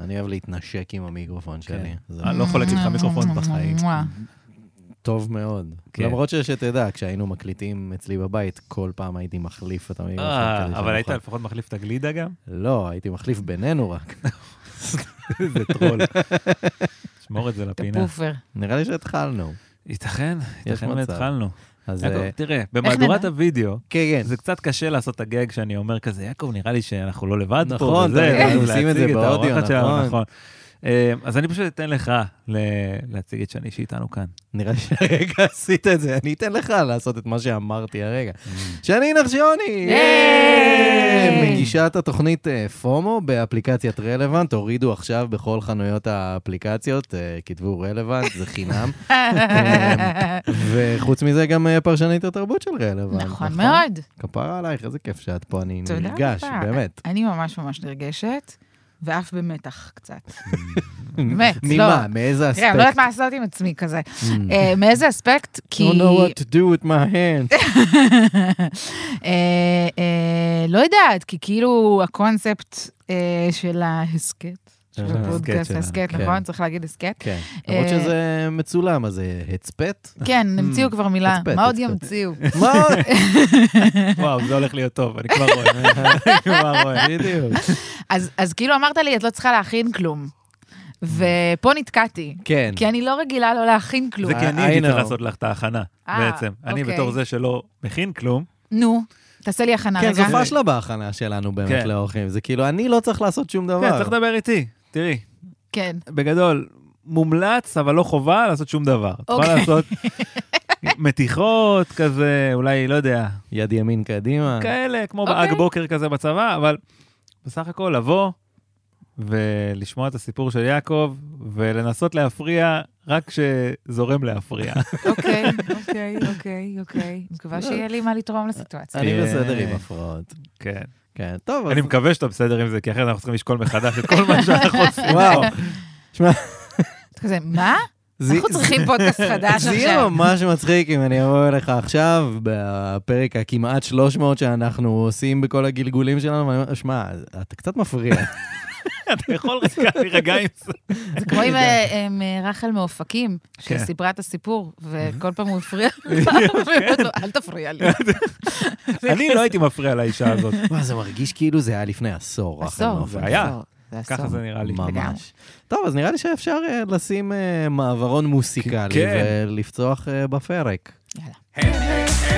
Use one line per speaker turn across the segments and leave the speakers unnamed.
אני אוהב להתנשק עם המיקרופון שלי. זה
אני לא חולק
אה,
איתך מיקרופון בחיים.
מואה.
טוב מאוד.
כן.
למרות שתדע, כשהיינו מקליטים אצלי בבית, כל פעם הייתי מחליף את המיקרופון.
אה,
כדי
אבל
שאני
היית
אוכל-
לפחות מחליף את הגלידה גם?
לא, הייתי מחליף בינינו רק.
זה טרול. שמור את זה לפינה.
פופר.
נראה לי שהתחלנו.
ייתכן, ייתכן
מצב.
והתחלנו.
אז...
יעקב,
אה,
תראה, במהדורת
נדע?
הווידאו,
כן, כן.
זה קצת קשה לעשות את הגג שאני אומר כזה, יעקב, נראה לי שאנחנו לא לבד פה.
נכון,
וזה,
אתה-
ואז
עושים את זה
להציג
באודיו,
האורחת שלנו,
נכון.
אה, אז אני פשוט אתן לך ל- להציג את שני שאיתנו כאן.
נראה לי שהרגע עשית את זה. אני אתן לך לעשות את מה שאמרתי הרגע.
Mm.
שני נחשוני!
ייי!
מגישת התוכנית אה, פומו באפליקציית רלוונט, הורידו עכשיו בכל חנויות האפליקציות, אה, כתבו רלוונט, זה חינם. אה, וחוץ מזה גם אה, פרשנית התרבות של רלוונט.
נכון מאוד.
כפרה עלייך, איזה כיף שאת פה, אני
תודה
נרגש,
רבה.
באמת.
אני ממש ממש נרגשת, ואף במתח קצת. באמת, לא.
ממה? מאיזה
תראה, אני לא יודעת
אספקט? Hmm.
מה לעשות עם עצמי כזה. אה, מאיזה אספקט? כי...
don't know what to do with my hands.
אה, אה, לא יודעת, כי כאילו הקונספט אה, של ההסכת, של
ההסכת
הפודקאסט,
שלנו,
הסכת,
כן.
נכון? צריך להגיד הסכת.
כן, למרות
אה.
שזה מצולם, אז זה הצפת.
כן,
Mm.
המציאו כבר מילה,
הספד,
מה עוד
הספד.
ימציאו?
מה?
וואו, זה הולך להיות טוב, אני כבר רואה. אני כבר רואה.
בדיוק.
אז אז כאילו אמרת לי, את לא צריכה להכין כלום. ופה נתקעתי,
כן.
כי אני לא רגילה לא להכין כלום.
זה כי אני
אה, I
הייתי צריך
know.
לעשות לך את ההכנה,
אה,
בעצם. אני
אוקיי.
בתור זה שלא מכין כלום,
נו, תעשה לי הכנה
כן,
רגע.
זו פשלה בהכנה שלנו באמת
כן.
לאורחים. זה כאילו, אני לא צריך לעשות שום דבר.
כן, צריך לדבר איתי. תראי,
כן.
בגדול, מומלץ, אבל לא חובה לעשות שום דבר. את יכולה
אוקיי.
לעשות מתיחות כזה, אולי, לא יודע,
יד ימין קדימה.
כאלה, כמו
אוקיי.
באג בוקר כזה בצבא, אבל בסך הכל לבוא ולשמוע את הסיפור של יעקב, ולנסות להפריע רק כשזורם להפריע.
אוקיי, אוקיי, אוקיי, אוקיי.
לא.
מקווה שיהיה לי מה לתרום לסיטואציה.
אני
כן.
בסדר עם הפרעות.
כן.
כן, טוב, אז...
אני מקווה שאתה בסדר עם זה, כי אחרת אנחנו צריכים לשקול מחדש את כל מה שאנחנו עושים.
וואו. שמע,
את כזה, מה?
זה-
אנחנו צריכים פודקאסט חדש
זה יהיה
עכשיו.
ממש מצחיק אם אני אבוא אליך עכשיו, בפרק הכמעט 300 שאנחנו עושים בכל הגלגולים שלנו, ואני אומר, שמע, אתה קצת מפריע.
אתה יכול רגע להירגע עם זה.
זה כמו
כן.
עם אה, עם, אה, רחל מאופקים,
כן.
שסיפרה את הסיפור, וכל פעם הוא הפריע
כן.
לה, והיא אומרת לו, אל תפריע לי.
אני לא הייתי מפריע לאישה הזאת.
מה, זה מרגיש כאילו זה היה לפני עשור. אחרי
עשור.
נופל.
זה היה.
עשור, זה עשור.
ככה זה נראה לי.
לגמרי.
ממש. טוב, אז נראה לי שאפשר אה, לשים אה, מעברון מוסיקלי
כן.
ולפצוח אה, בפרק.
יאללה.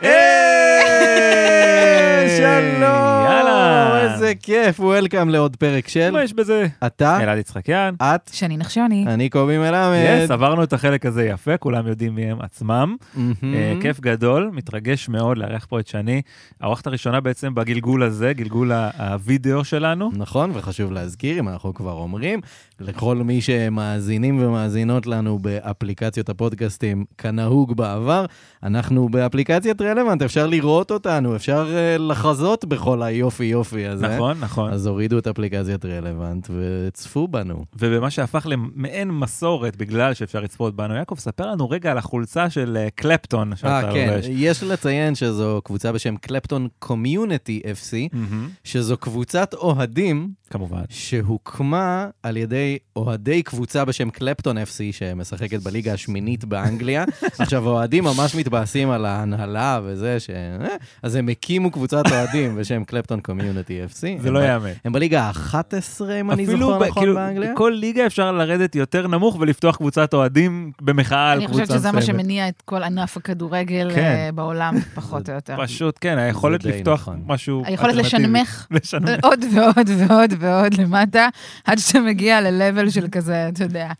היי!
אה, שלום!
יאללה.
איזה אה? כיף, וולקאם לעוד פרק של
מה יש בזה?
אתה,
אלעד יצחקיאן.
את,
שני נחשוני.
אני קובי מלמד.
יס, עברנו את החלק הזה יפה, כולם יודעים מי הם עצמם.
מהמם.
אה, כיף גדול, מתרגש מאוד לארח פה את שני. האורחת הראשונה בעצם בגלגול הזה, גלגול ה- הווידאו שלנו.
נכון, וחשוב להזכיר, אם אנחנו כבר אומרים, לכל מי שמאזינים ומאזינות לנו באפליקציות הפודקאסטים, כנהוג בעבר, אנחנו באפליקציית רלוונט, אפשר לראות אותנו, אפשר אה, לחזות בכל היופי יופי הזה.
נכון, נכון.
אז הורידו את אפליקציית רלוונט וצפו בנו.
ובמה שהפך למעין מסורת, בגלל שאפשר לצפות בנו, יעקב, ספר לנו רגע על החולצה של אה, קלפטון
אה,
שאתה
כן,
לובש.
יש לציין שזו קבוצה בשם קלפטון קומיוניטי FC,
מהמם,
שזו קבוצת אוהדים
כמובן.
שהוקמה על ידי אוהדי קבוצה בשם קלפטון FC, שמשחקת בליגה השמינית באנגליה. עכשיו, האוהדים ממש מתבאסים על ההנהלה וזה, ש... אה, אז הם הקימו קבוצת אוהדים בשם קלפטון קומיוניטי FC.
זה
הם
לא
ב-
ייאמן.
הם בליגה ה-11, אם אני
אפילו
זוכר
ב-
נכון,
כאילו,
באנגליה.
בכל ליגה אפשר לרדת יותר נמוך ולפתוח קבוצת אוהדים במחאה על
אני
קבוצה
חושבת שזה מה
מסוימת.
שמניע את כל ענף הכדורגל
כן.
אה, בעולם, פחות או יותר.
פשוט, כן, היכולת
זה די
לפתוח
נכון.
משהו...
היכולת
אלטרנטיבי.
לשנמך
לשנמך.
עוד ועוד ועוד ועוד למטה, עד שאתה מגיע ל-level של כזה, אתה יודע,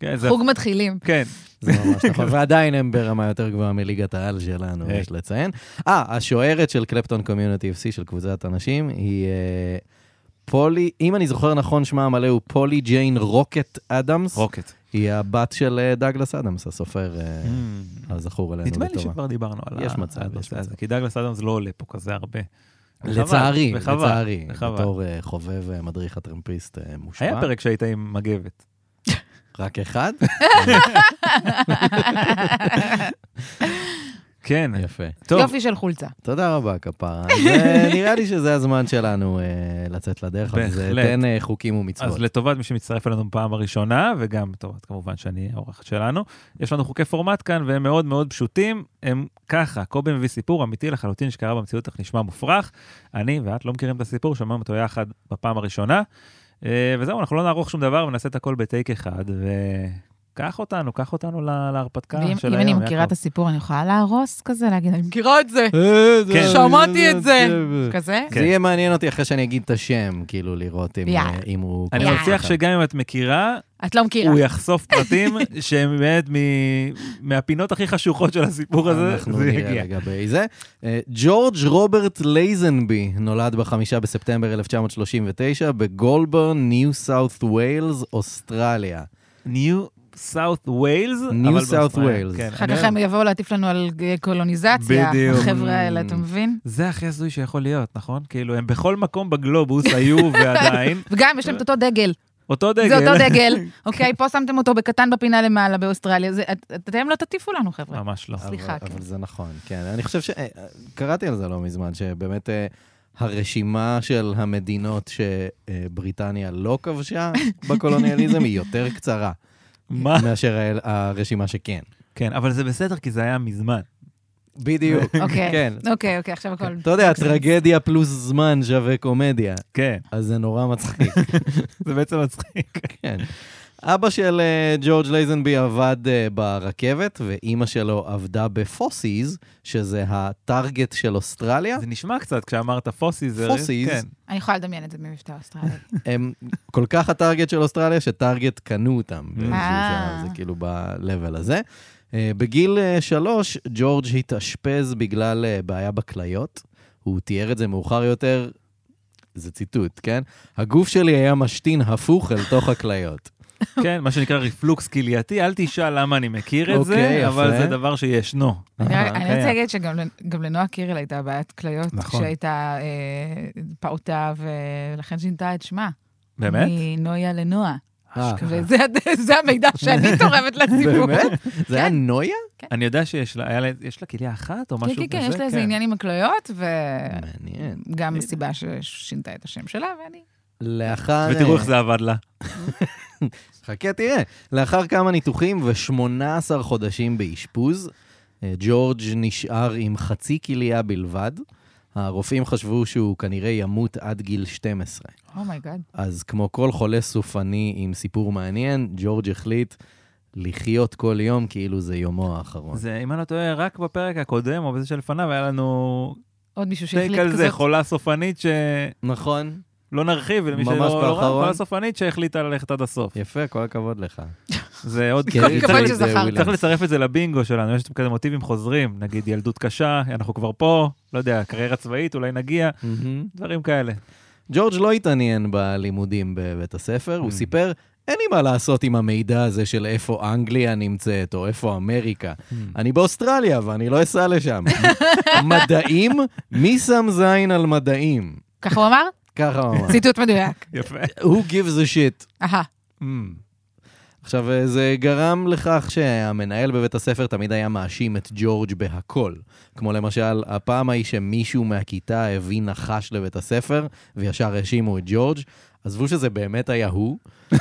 כן, זה-
חוג מתחילים.
כן,
זה ממש נכון, ועדיין הם ברמה יותר גבוהה מליגת העל שלנו,
אה.
יש לציין. אה, השוערת של קלפטון קומיוניטי FC, של קבוצת הנשים, היא אה, פולי, אם אני זוכר נכון, שמה המלא הוא פולי ג'יין רוקט אדמס.
רוקט.
היא הבת של אה, דאגלס אדמס, הסופר אה, הזכור עלינו
Mm. נדמה לי
לטובה.
שכבר דיברנו על
יש
ה-
מצב,
על
יש
הנושא הזה,
מצב.
כי דאגלס אדמס לא עולה פה כזה הרבה. וחבל,
לצערי,
וחבל,
לצערי,
וחבל.
בתור אה, חובב אה, מדריך הטרמפיסט אה, מושפע.
היה פרק שהיית עם מגבת.
רק אחד?
כן,
יפה.
טוב,
יופי של חולצה.
תודה רבה, כפרה. זה- נראה לי שזה הזמן שלנו אה, לצאת לדרך, אז אה,
בהחלט.
תן אה, חוקים ומצוות.
אז לטובת מי שמצטרף אלינו בפעם הראשונה, וגם לטובת כמובן שאני העורך שלנו, יש לנו חוקי פורמט כאן, והם מאוד מאוד פשוטים. הם ככה, קובי מביא סיפור אמיתי לחלוטין שקרה במציאות, אך נשמע מופרך. אני ואת לא מכירים את הסיפור, שמענו אותו יחד בפעם הראשונה. אה, וזהו, אנחנו לא נערוך שום דבר ונעשה את הכל בטייק אחד, וקח אותנו, קח אותנו לה- להרפתקה
ואם
כן, של
אם
היום.
אני מכירה את
יעקב.
הסיפור, אני יכולה להרוס כזה, להגיד, אני מכירה את זה,
כן.
שמעתי את זה. כזה?
אה, זה יהיה מעניין אותי אחרי שאני אגיד את השם, כאילו לראות אם,
יאללה.
אם הוא...
אני
יאללה.
מבטיח שגם אם את מכירה,
את לא מכירה.
הוא יחשוף פרטים שהם באמת מ- מהפינות הכי חשוכות של הסיפור הזה,
אנחנו
זה
נראה
יגיע.
לגבי זה. אה, ג'ורג' רוברט לייזנבי נולד בחמישה בספטמבר 1939 בגולברן, ניו סאות' ווילס, אוסטרליה.
ניו סאות' ווילס?
New South Wales.
אחר כך הם יבואו להטיף לנו על אה, קולוניזציה,
לא. בדיוק.
החבר'ה האלה, אתה מבין?
זה הכי הזוי שיכול להיות, נכון? כאילו, הם בכל מקום בגלובוס היו ועדיין.
וגם יש להם את אותו דגל,
אותו דגל.
זה אותו דגל, אוקיי? פה שמתם אותו בקטן בפינה למעלה באוסטרליה, זה- את- אתם לא תטיפו לנו, חבר'ה.
ממש לא.
סליחה,
אבל,
כן.
אבל זה נכון, כן. אני חושב ש... אה, אה, קראתי על זה לא מזמן, שבאמת אה, הרשימה של המדינות שבריטניה לא כבשה בקולוניאליזם היא יותר קצרה
מה?
מאשר ה- הרשימה שכן.
כן, אבל זה בסדר, כי זה היה מזמן.
בדיוק,
אוקיי.
כן.
אוקיי, אוקיי, עכשיו הכל...
אתה יודע, טרגדיה פלוס זמן שווה קומדיה,
כן,
אז זה נורא מצחיק.
זה בעצם מצחיק.
כן. אבא של אה, ג'ורג' לייזנבי עבד אה, ברכבת, ואימא שלו עבדה בפוסיז, שזה הטארגט של אוסטרליה.
זה נשמע קצת כשאמרת פוסי, זה...
Fossies.
כן.
אני יכולה לדמיין את זה במבטא אוסטרלי.
אה,
הם כל כך הטארגט של אוסטרליה, שטארגט קנו אותם באיזשהו
אה.
שלב, זה כאילו ב-level הזה. אה, בגיל אה, שלוש, ג'ורג' התאשפז בגלל אה, בעיה בכליות. הוא תיאר את זה מאוחר יותר, זה ציטוט, כן? הגוף שלי היה משתין הפוך אל תוך הכליות.
כן, מה שנקרא ריפלוקס כלייתי, אל תשאל למה אני מכיר את
אוקיי,
זה,
יפה.
אבל זה דבר שישנו.
אני
אה,
אני
קיים.
רוצה להגיד שגם לנ- גם לנועה קירל הייתה בעיית כליות,
אוקיי. נכון.
כשהייתה אה, פעוטה, ולכן שינתה את שמה.
באמת? כן.
מנויה לנועה.
אה,
וזה זה המידע שאני תורמת לציבור. כן,
באמת? זה היה נויה?
אני יודע שיש לה, היה לה- יש לה כליה אחת או
כן,
משהו כזה?
כן, כן, יש לה איזה עניין עם הכליות, כן.
מעניין.
וגם הסיבה ששינתה את השם שלה, ואני...
לאחר... אה,
ותראו איך זה עבד לה.
חכה, תראה. לאחר כמה ניתוחים ו-18 חודשים באשפוז, אה, ג'ורג' נשאר עם חצי כליה בלבד. הרופאים חשבו שהוא כנראה ימות עד גיל 12.
אומייגאד.
אז כמו כל חולה סופני עם סיפור מעניין, ג'ורג' החליט לחיות כל יום כאילו זה יומו האחרון.
זה, אם אני לא טועה, רק בפרק הקודם או בזה שלפניו היה לנו
עוד מישהו שהחליט
טייק על זה,
כזאת.
חולה סופנית שלא
נכון?
נרחיב, למי
ממש
שלא לא ראה,
באחרון.
חולה סופנית שהחליטה ללכת עד הסוף.
יפה, כל הכבוד לך.
זה עוד...
כן,
כל
צריך-
הכבוד
צריך-
שזכרת.
זה וויליאמס.
צריך לצרף את זה לבינגו שלנו, יש כזה מוטיבים חוזרים, נגיד ילדות קשה, אנחנו כבר פה, לא יודע, קריירה צבאית, אולי נגיע,
מהמם.
דברים כאלה.
ג'ורג' לא התעניין בלימודים בבית הספר, הוא
Mm.
סיפר, אין לי מה לעשות עם המידע הזה של איפה אנגליה נמצאת, או איפה אמריקה. אני באוסטרליה, ואני לא אסע לשם. מדעים? מי שם זין על מדעים?
ככה הוא אמר?
ככה הוא אמר.
ציטוט מדויק.
יפה.
Who gives a shit?
אהה.
Mm. עכשיו, אה, זה גרם לכך שהמנהל בבית הספר תמיד היה מאשים את ג'ורג' בהכל. כמו למשל, הפעם ההיא שמישהו מהכיתה הביא נחש לבית הספר, וישר האשימו את ג'ורג', עזבו שזה באמת היה הוא,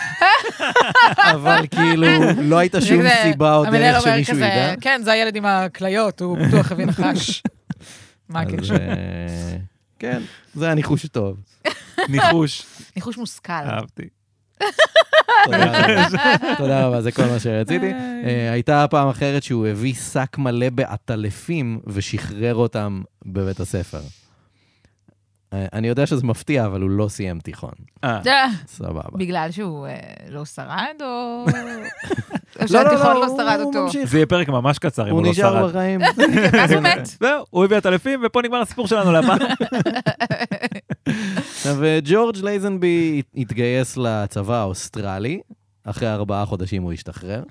אבל כאילו, לא הייתה שום
זה-
סיבה או
המנהל
דרך
אומר
שמישהו
כזה,
ידע.
כן, זה הילד עם הכליות, הוא בטוח הביא נחש. מה
אז,
הקשר?
אה, כן, זה היה ניחוש טוב.
ניחוש,
ניחוש מושכל.
אה.
אהבתי.
תודה רבה. תודה רבה, זה כל מה שרציתי. אה, הייתה פעם אחרת שהוא הביא שק מלא בעטלפים ושחרר אותם בבית הספר. אה, אני יודע שזה מפתיע, אבל הוא לא סיים תיכון.
אה,
אה,
סבבה.
בגלל שהוא אה, לא שרד, או... או
לא, לא, לא,
שהתיכון לא
הוא-
שרד
הוא
אותו.
ממשיך.
זה יהיה פרק ממש קצר אם הוא
הוא
לא שרד.
נשאר בחיים.
ואז הוא מת.
זהו, הוא הביא את אלפים, ופה נגמר הסיפור שלנו להפעם.
עכשיו, אה, ג'ורג' לייזנבי הת- התגייס לצבא האוסטרלי, אחרי ארבעה חודשים הוא השתחרר.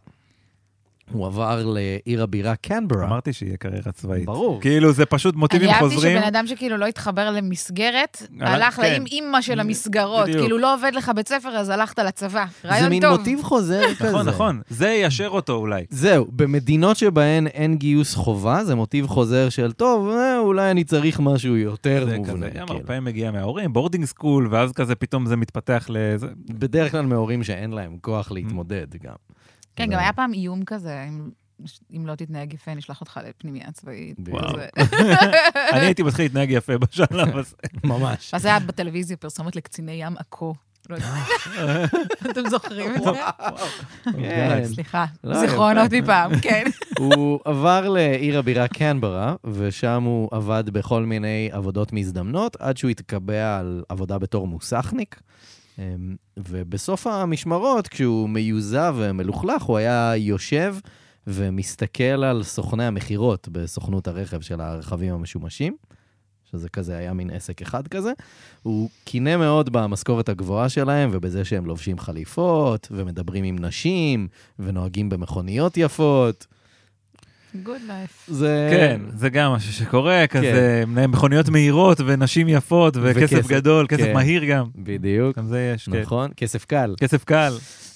הוא עבר לעיר הבירה קנברה.
אמרתי שיהיה קריירה צבאית.
ברור.
כאילו, זה פשוט מוטיבים
אני אהבתי
חוזרים.
שבן אדם שכאילו לא התחבר למסגרת,
אה,
הלך
כן.
לאם אימא של המסגרות.
בדיוק.
כאילו לא עובד לך בית ספר, אז הלכת לצבא. רעיון
זה
טוב.
מין מוטיב חוזר כזה.
נכון, נכון. זה יישר אותו אולי.
זהו, במדינות שבהן אין גיוס חובה, זה מוטיב חוזר של, טוב, אה, אולי אני צריך משהו יותר
זה כן.
מובנה.
כזה, גם
כאילו.
הרבה פעמים מגיע מההורים, בורדינג סקול, ואז כזה פתאום זה מתפתח לזה.
בדרך כלל מהורים שאין להם כוח להתמודד גם.
כן,
זה-
גם היה פעם איום כזה, אם- אם לא תתנהג יפה, נשלח אותך לפנימייה צבאית.
בדיוק.
וואו.
כזה.
אני הייתי מתחיל להתנהג יפה בשלב הזה.
ממש.
אז היה בטלוויזיה פרסומת לקציני ים עכו. לא יודעת. אתם זוכרים את זה?
כן.
סליחה,
לא,
זיכרונות מפעם, כן.
הוא עבר לעיר הבירה קנברה, ושם הוא עבד בכל מיני עבודות מזדמנות, עד שהוא התקבע על עבודה בתור מוסכניק. אמ, ובסוף המשמרות, כשהוא מיוזע ומלוכלך, הוא היה יושב ומסתכל על סוכני המכירות בסוכנות הרכב של הרכבים המשומשים, שזה כזה היה מין עסק אחד כזה. הוא קינא מאוד במשכורת הגבוהה שלהם ובזה שהם לובשים חליפות ומדברים עם נשים ונוהגים במכוניות יפות.
גוד לייף.
זה...
כן, זה גם משהו שקורה, כזה מכוניות מהירות ונשים יפות
וכסף,
וכסף גדול, כסף
כן.
מהיר גם.
בדיוק.
גם זה יש, כן.
נכון? כסף קל.
כסף קל.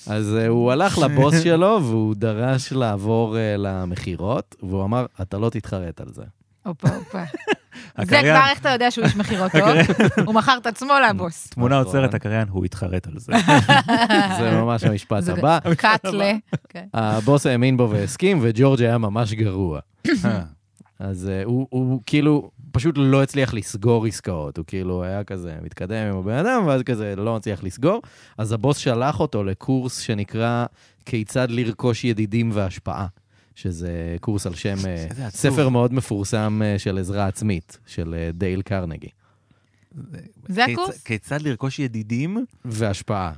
אז אה, הוא הלך לבוס שלו והוא דרש לעבור אה, למכירות, והוא אמר, אתה לא תתחרט על זה.
הופה, הופה. זה
הקריין.
כבר איך אתה יודע שהוא איש מכירות טוב, הוא מכר את עצמו לבוס.
תמונה
נכון.
עוצרת הקריין, הוא התחרט על זה.
זה ממש המשפט
זה
הבא.
קאטלה. כן.
הבוס האמין בו והסכים, וג'ורג' היה ממש גרוע.
אה,
אז אה, הוא, הוא כאילו פשוט לא הצליח לסגור עסקאות, הוא כאילו היה כזה מתקדם עם הבן אדם, ואז כזה לא מצליח לסגור, אז הבוס שלח אותו לקורס שנקרא כיצד לרכוש ידידים והשפעה, שזה קורס על שם אה,
איזה עצוב.
ספר מאוד מפורסם אה, של עזרה עצמית, של אה, דייל קרנגי,
זה הקורס?
כיצ- כיצד לרכוש ידידים?
והשפעה.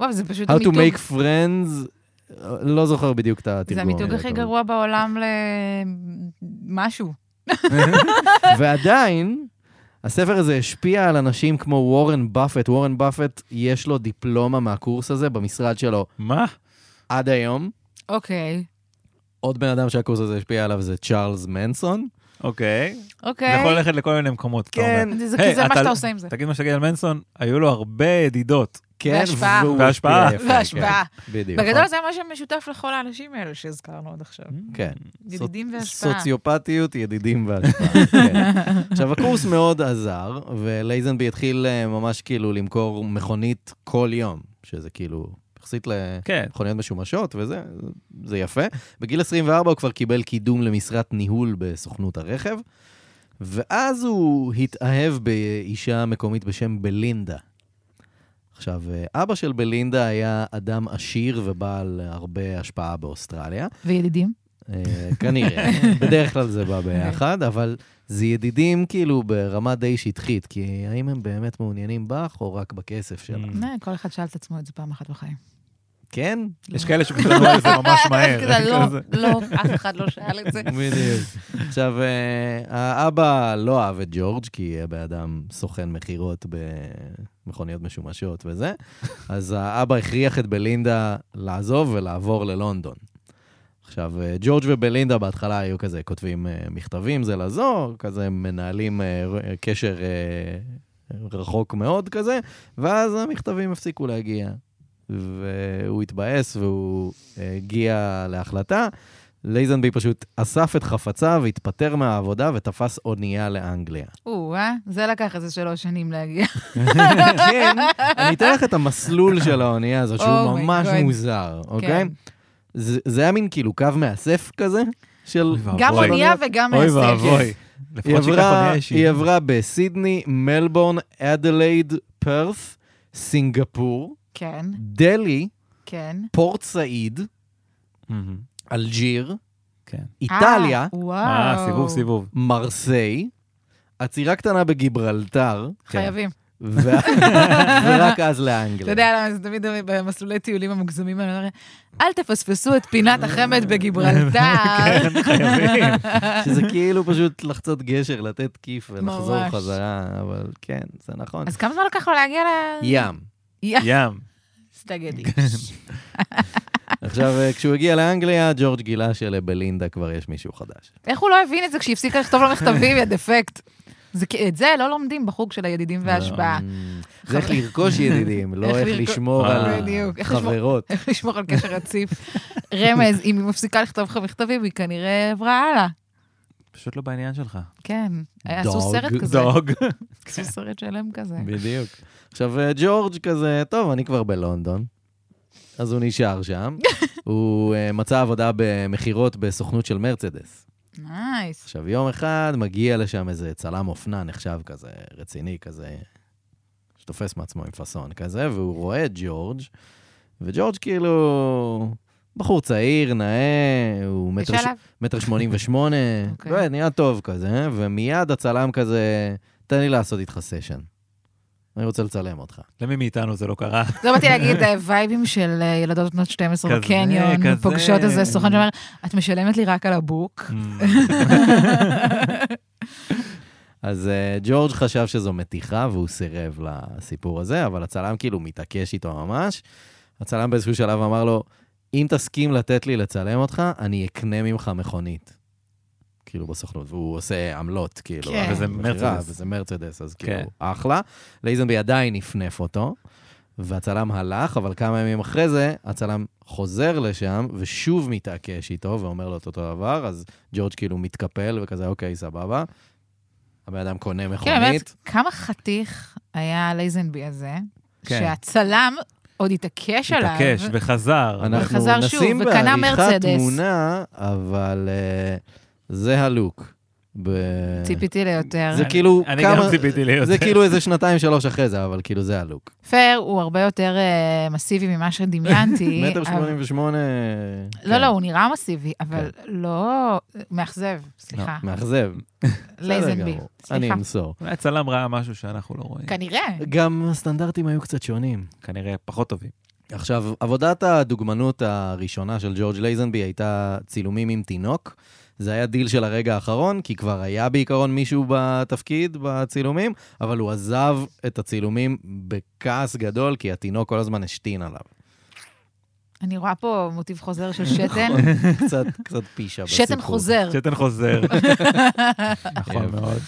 וואו, זה פשוט
How to
המיתוג.
make friends, אה, לא זוכר בדיוק את התרגום.
זה המיתוג הכי
אבל-
גרוע בעולם למשהו.
ועדיין, הספר הזה השפיע על אנשים כמו וורן באפט. וורן באפט, יש לו דיפלומה מהקורס הזה במשרד שלו
מה?
עד היום.
אוקיי,
עוד בן אדם שהקורס הזה השפיע עליו זה צ'ארלס מנסון.
אוקיי. זה
אוקיי.
נכון.
כן,
יכול ללכת לכל מיני מקומות, אתה אומר.
זה- זה
היי,
זה מה
אתה-
שאתה עושה עם זה.
תגיד מה שתגיד על מנסון, היו לו הרבה ידידות.
והשפעה.
כן, והוא
והשפעה.
השפיע יפה,
והשפעה.
כן, בדיוק.
בגדול זה מה שמשותף לכל האנשים האלה שהזכרנו עד עכשיו.
כן.
ידידים והשפעה.
סוציופתיות, ידידים והשפעה. כן. עכשיו, הקורס מאוד עזר, ולייזנבי התחיל אה, ממש כאילו למכור מכונית כל יום, שזה כאילו, יחסית ל...
כן.
מכוניות משומשות וזה, זה יפה. בגיל 24 הוא כבר קיבל קידום למשרת ניהול בסוכנות הרכב, ואז הוא התאהב באישה מקומית בשם בלינדה. עכשיו, אה, אבא של בלינדה היה אדם עשיר ובעל הרבה השפעה באוסטרליה.
וידידים?
אה, כנראה, בדרך כלל זה בא ביחד, אבל זה ידידים כאילו ברמה די שטחית, כי האם הם באמת מעוניינים בך או רק בכסף שלה?
Mm.
אה, כל אחד שאל את עצמו את זה פעם אחת בחיים.
כן?
יש כאלה שפתאום על זה ממש מהר.
כזה,
כזה.
לא, לא, אף אחד לא שאל את זה.
בדיוק. עכשיו, אה, האבא לא אהב את ג'ורג', כי הבן אדם סוכן מכירות במכוניות משומשות וזה, אז האבא הכריח את בלינדה לעזוב ולעבור ללונדון. עכשיו, אה, ג'ורג' ובלינדה בהתחלה היו כזה כותבים אה, מכתבים זה לזו, כזה מנהלים אה, ר- קשר אה, רחוק מאוד כזה, ואז המכתבים הפסיקו להגיע. והוא התבאס והוא אה, הגיע להחלטה. לייזנבי פשוט אסף את חפציו, התפטר מהעבודה ותפס אונייה לאנגליה.
או, אה? זה לקח איזה שלוש שנים להגיע.
כן, אני אתן לך את המסלול של האונייה הזאת,
Oh
שהוא
my
ממש
God.
מוזר, אוקיי?
כן.
זה זה היה מין כאילו קו מאסף כזה, של...
אוי ואבוי.
גם
אוי.
אונייה וגם
אוי
מעשה.
ואבוי.
היא
לפחות שככה
עברה,
נהיה
היא
אישי.
עברה בסידני, מלבורן, אדלייד, פרת', סינגפור,
כן,
דלהי,
כן.
פורט סעיד,
מהמם.
אלג'יר,
כן.
איטליה,
אה, וואו.
אה, סיבוב, סיבוב.
מרסיי, עצירה קטנה בגיברלטר,
כן.
חייבים.
ו- ורק אז לאנגליה.
אתה יודע למה זה תמיד במסלולי טיולים המוגזמים האלה, אני אומר, אל תפספסו את פינת החמד בגיברלטר.
כן, חייבים.
שזה כאילו פשוט לחצות גשר, לתת כיף ולחזור
ממש.
חזרה, אבל כן, זה נכון.
אז כמה זמן לקח לו להגיע ל...
ים.
יא.
ים.
סטגדי.
עכשיו, אה, כשהוא הגיע לאנגליה, ג'ורג' גילה שלבלינדה כבר יש מישהו חדש.
איך הוא לא הבין את זה כשהיא הפסיקה לכתוב לו מכתבים, יא דפקט? זה כי- את זה לא לומדים בחוג של
לא.
הידידים וההשפעה.
אמ, זה איך לרכוש ידידים, לא
איך
איך
לרכוש-
לשמור על
בדיוק, איך לשמור-
חברות.
איך לשמור על קשר רציף. רמז, אם היא מפסיקה לכתוב לך מכתבים, היא כנראה עברה הלאה. פשוט
פשוט לא בעניין שלך.
כן, היה עשו
דוג,
סרט כזה.
דוג.
עשו סרט שלם כזה.
בדיוק. עכשיו, אה, ג'ורג' כזה, טוב, אני כבר בלונדון. אז הוא נשאר שם. הוא אה, מצא עבודה במכירות בסוכנות של מרצדס.
נייס.
עכשיו, יום אחד מגיע לשם איזה צלם אופנה נחשב כזה, רציני כזה, שתופס מעצמו עם פאסון כזה, והוא רואה את ג'ורג', וג'ורג' כאילו בחור צעיר, נאה, הוא
יש
מטר, ש...
עליו?
מטר שמונים ושמונה,
אוקיי.
לא, נראה טוב כזה, ומיד הצלם כזה, תן לי לעשות איתך סשן. אני רוצה לצלם אותך.
למי מאיתנו זה לא קרה?
זה באתי להגיד, אה, וייבים של אה, ילדות בנות 12
כזה,
בקניון,
כזה.
פוגשות איזה סוכן שאומר, את משלמת לי רק על הבוק.
אז אה, ג'ורג' חשב שזו מתיחה והוא סירב לסיפור הזה, אבל הצלם כאילו מתעקש איתו ממש. הצלם באיזשהו שלב אמר לו, אם תסכים לתת לי לצלם אותך, אני אקנה ממך מכונית. כאילו בסוכנות, והוא עושה עמלות, כאילו.
כן.
על
וזה
המכירה,
מרצדס.
וזה מרצדס, אז
כן.
כאילו, אחלה. לייזנבי עדיין נפנף אותו, והצלם הלך, אבל כמה ימים אחרי זה, הצלם חוזר לשם, ושוב מתעקש איתו, ואומר לו את אותו דבר, אז ג'ורג' כאילו מתקפל וכזה, אוקיי, סבבה. הבן אדם קונה
כן, באמת,
מכונית.
כמה חתיך היה לייזנבי הזה,
כן.
שהצלם עוד התעקש עליו.
התעקש וחזר.
אנחנו
וחזר
נשים
שוב וקנה
בעריכת
מרצדס.
תמונה, אבל אה, זה הלוק. ב-
ציפיתי ליותר.
זה כאילו
אני גם
כמה...
ציפיתי להיות.
זה כאילו איזה שנתיים-שלוש אחרי זה, אבל כאילו זה הלוק.
פייר הוא הרבה יותר אה, מסיבי ממה שדמיינתי.
מטר
אבל-
שמונים ושמונה...
אה, לא,
כן.
לא, הוא נראה מסיבי, אבל לא... מאכזב, סליחה.
כן. לא, מאכזב.
לייזנבי,
בסדר גמור, אני
סליחה.
אמסור.
אולי הצלם ראה משהו שאנחנו לא רואים.
כנראה.
גם הסטנדרטים היו קצת שונים.
כנראה פחות טובים.
עכשיו, עבודת הדוגמנות הראשונה של ג'ורג' לייזנבי הייתה צילומים עם תינוק. זה היה דיל של הרגע האחרון, כי כבר היה בעיקרון מישהו בתפקיד, בצילומים, אבל הוא עזב את הצילומים בכעס גדול, כי התינוק כל הזמן השתין עליו.
אני רואה פה מוטיב חוזר של שתן.
קצת, קצת פישה נכון. בסיפור.
כן. שתן חוזר.
שתן חוזר. נכון
יפה.
מאוד.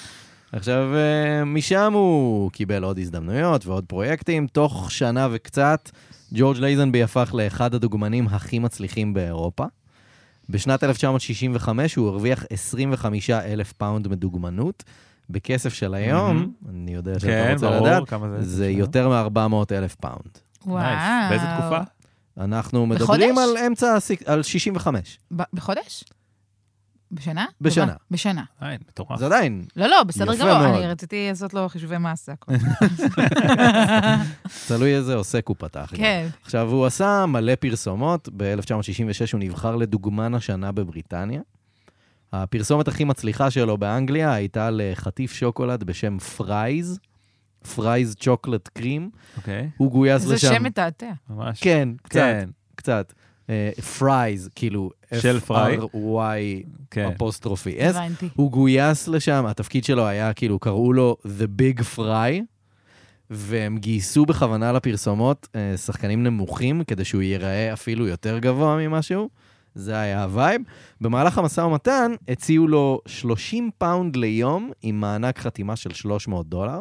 עכשיו, אה, משם הוא קיבל עוד הזדמנויות ועוד פרויקטים. תוך שנה וקצת, ג'ורג' לייזנבי הפך לאחד הדוגמנים הכי מצליחים באירופה. בשנת 1965 הוא הרוויח 25 אלף פאונד מדוגמנות. בכסף של היום, אני יודע שאתה
כן,
רוצה לדעת,
ברור. כמה זה?
זה יותר מ-400 אלף פאונד.
וואו.
נייס. באיזה תקופה?
אנחנו מדברים
בחודש?
על אמצע, הסיק- על 65.
ב- בחודש? בשנה?
בשנה.
טובה, בשנה.
עין, מטורף.
זה עדיין
לא, לא, בסדר
יפה
גמור.
מאוד.
אני רציתי לעשות לו חישובי מס, זה הכול.
תלוי איזה עוסק הוא פתח. גם.
כן.
עכשיו, הוא עשה מלא פרסומות. ב-1966 הוא נבחר לדוגמן השנה בבריטניה. הפרסומת הכי מצליחה שלו באנגליה הייתה לחטיף שוקולד בשם פרייז, פרייז צ'וקלט קרים.
אוקיי,
הוא גויס
זה
לשם...
שם מתעתע.
ממש.
כן, קצת,
כן,
קצת. אה, פרייז, כאילו...
של פריי.
F-R-Y
כן.
אוקיי. אפוסטרופי S.
הבנתי.
הוא גויס לשם, התפקיד שלו היה, כאילו, קראו לו The Big Fry, והם גייסו בכוונה לפרסומות אה, שחקנים נמוכים, כדי שהוא ייראה אפילו יותר גבוה ממשהו. זה היה הווייב. במהלך המשא ומתן הציעו לו 30 פאונד ליום עם מענק חתימה של 300 דולר,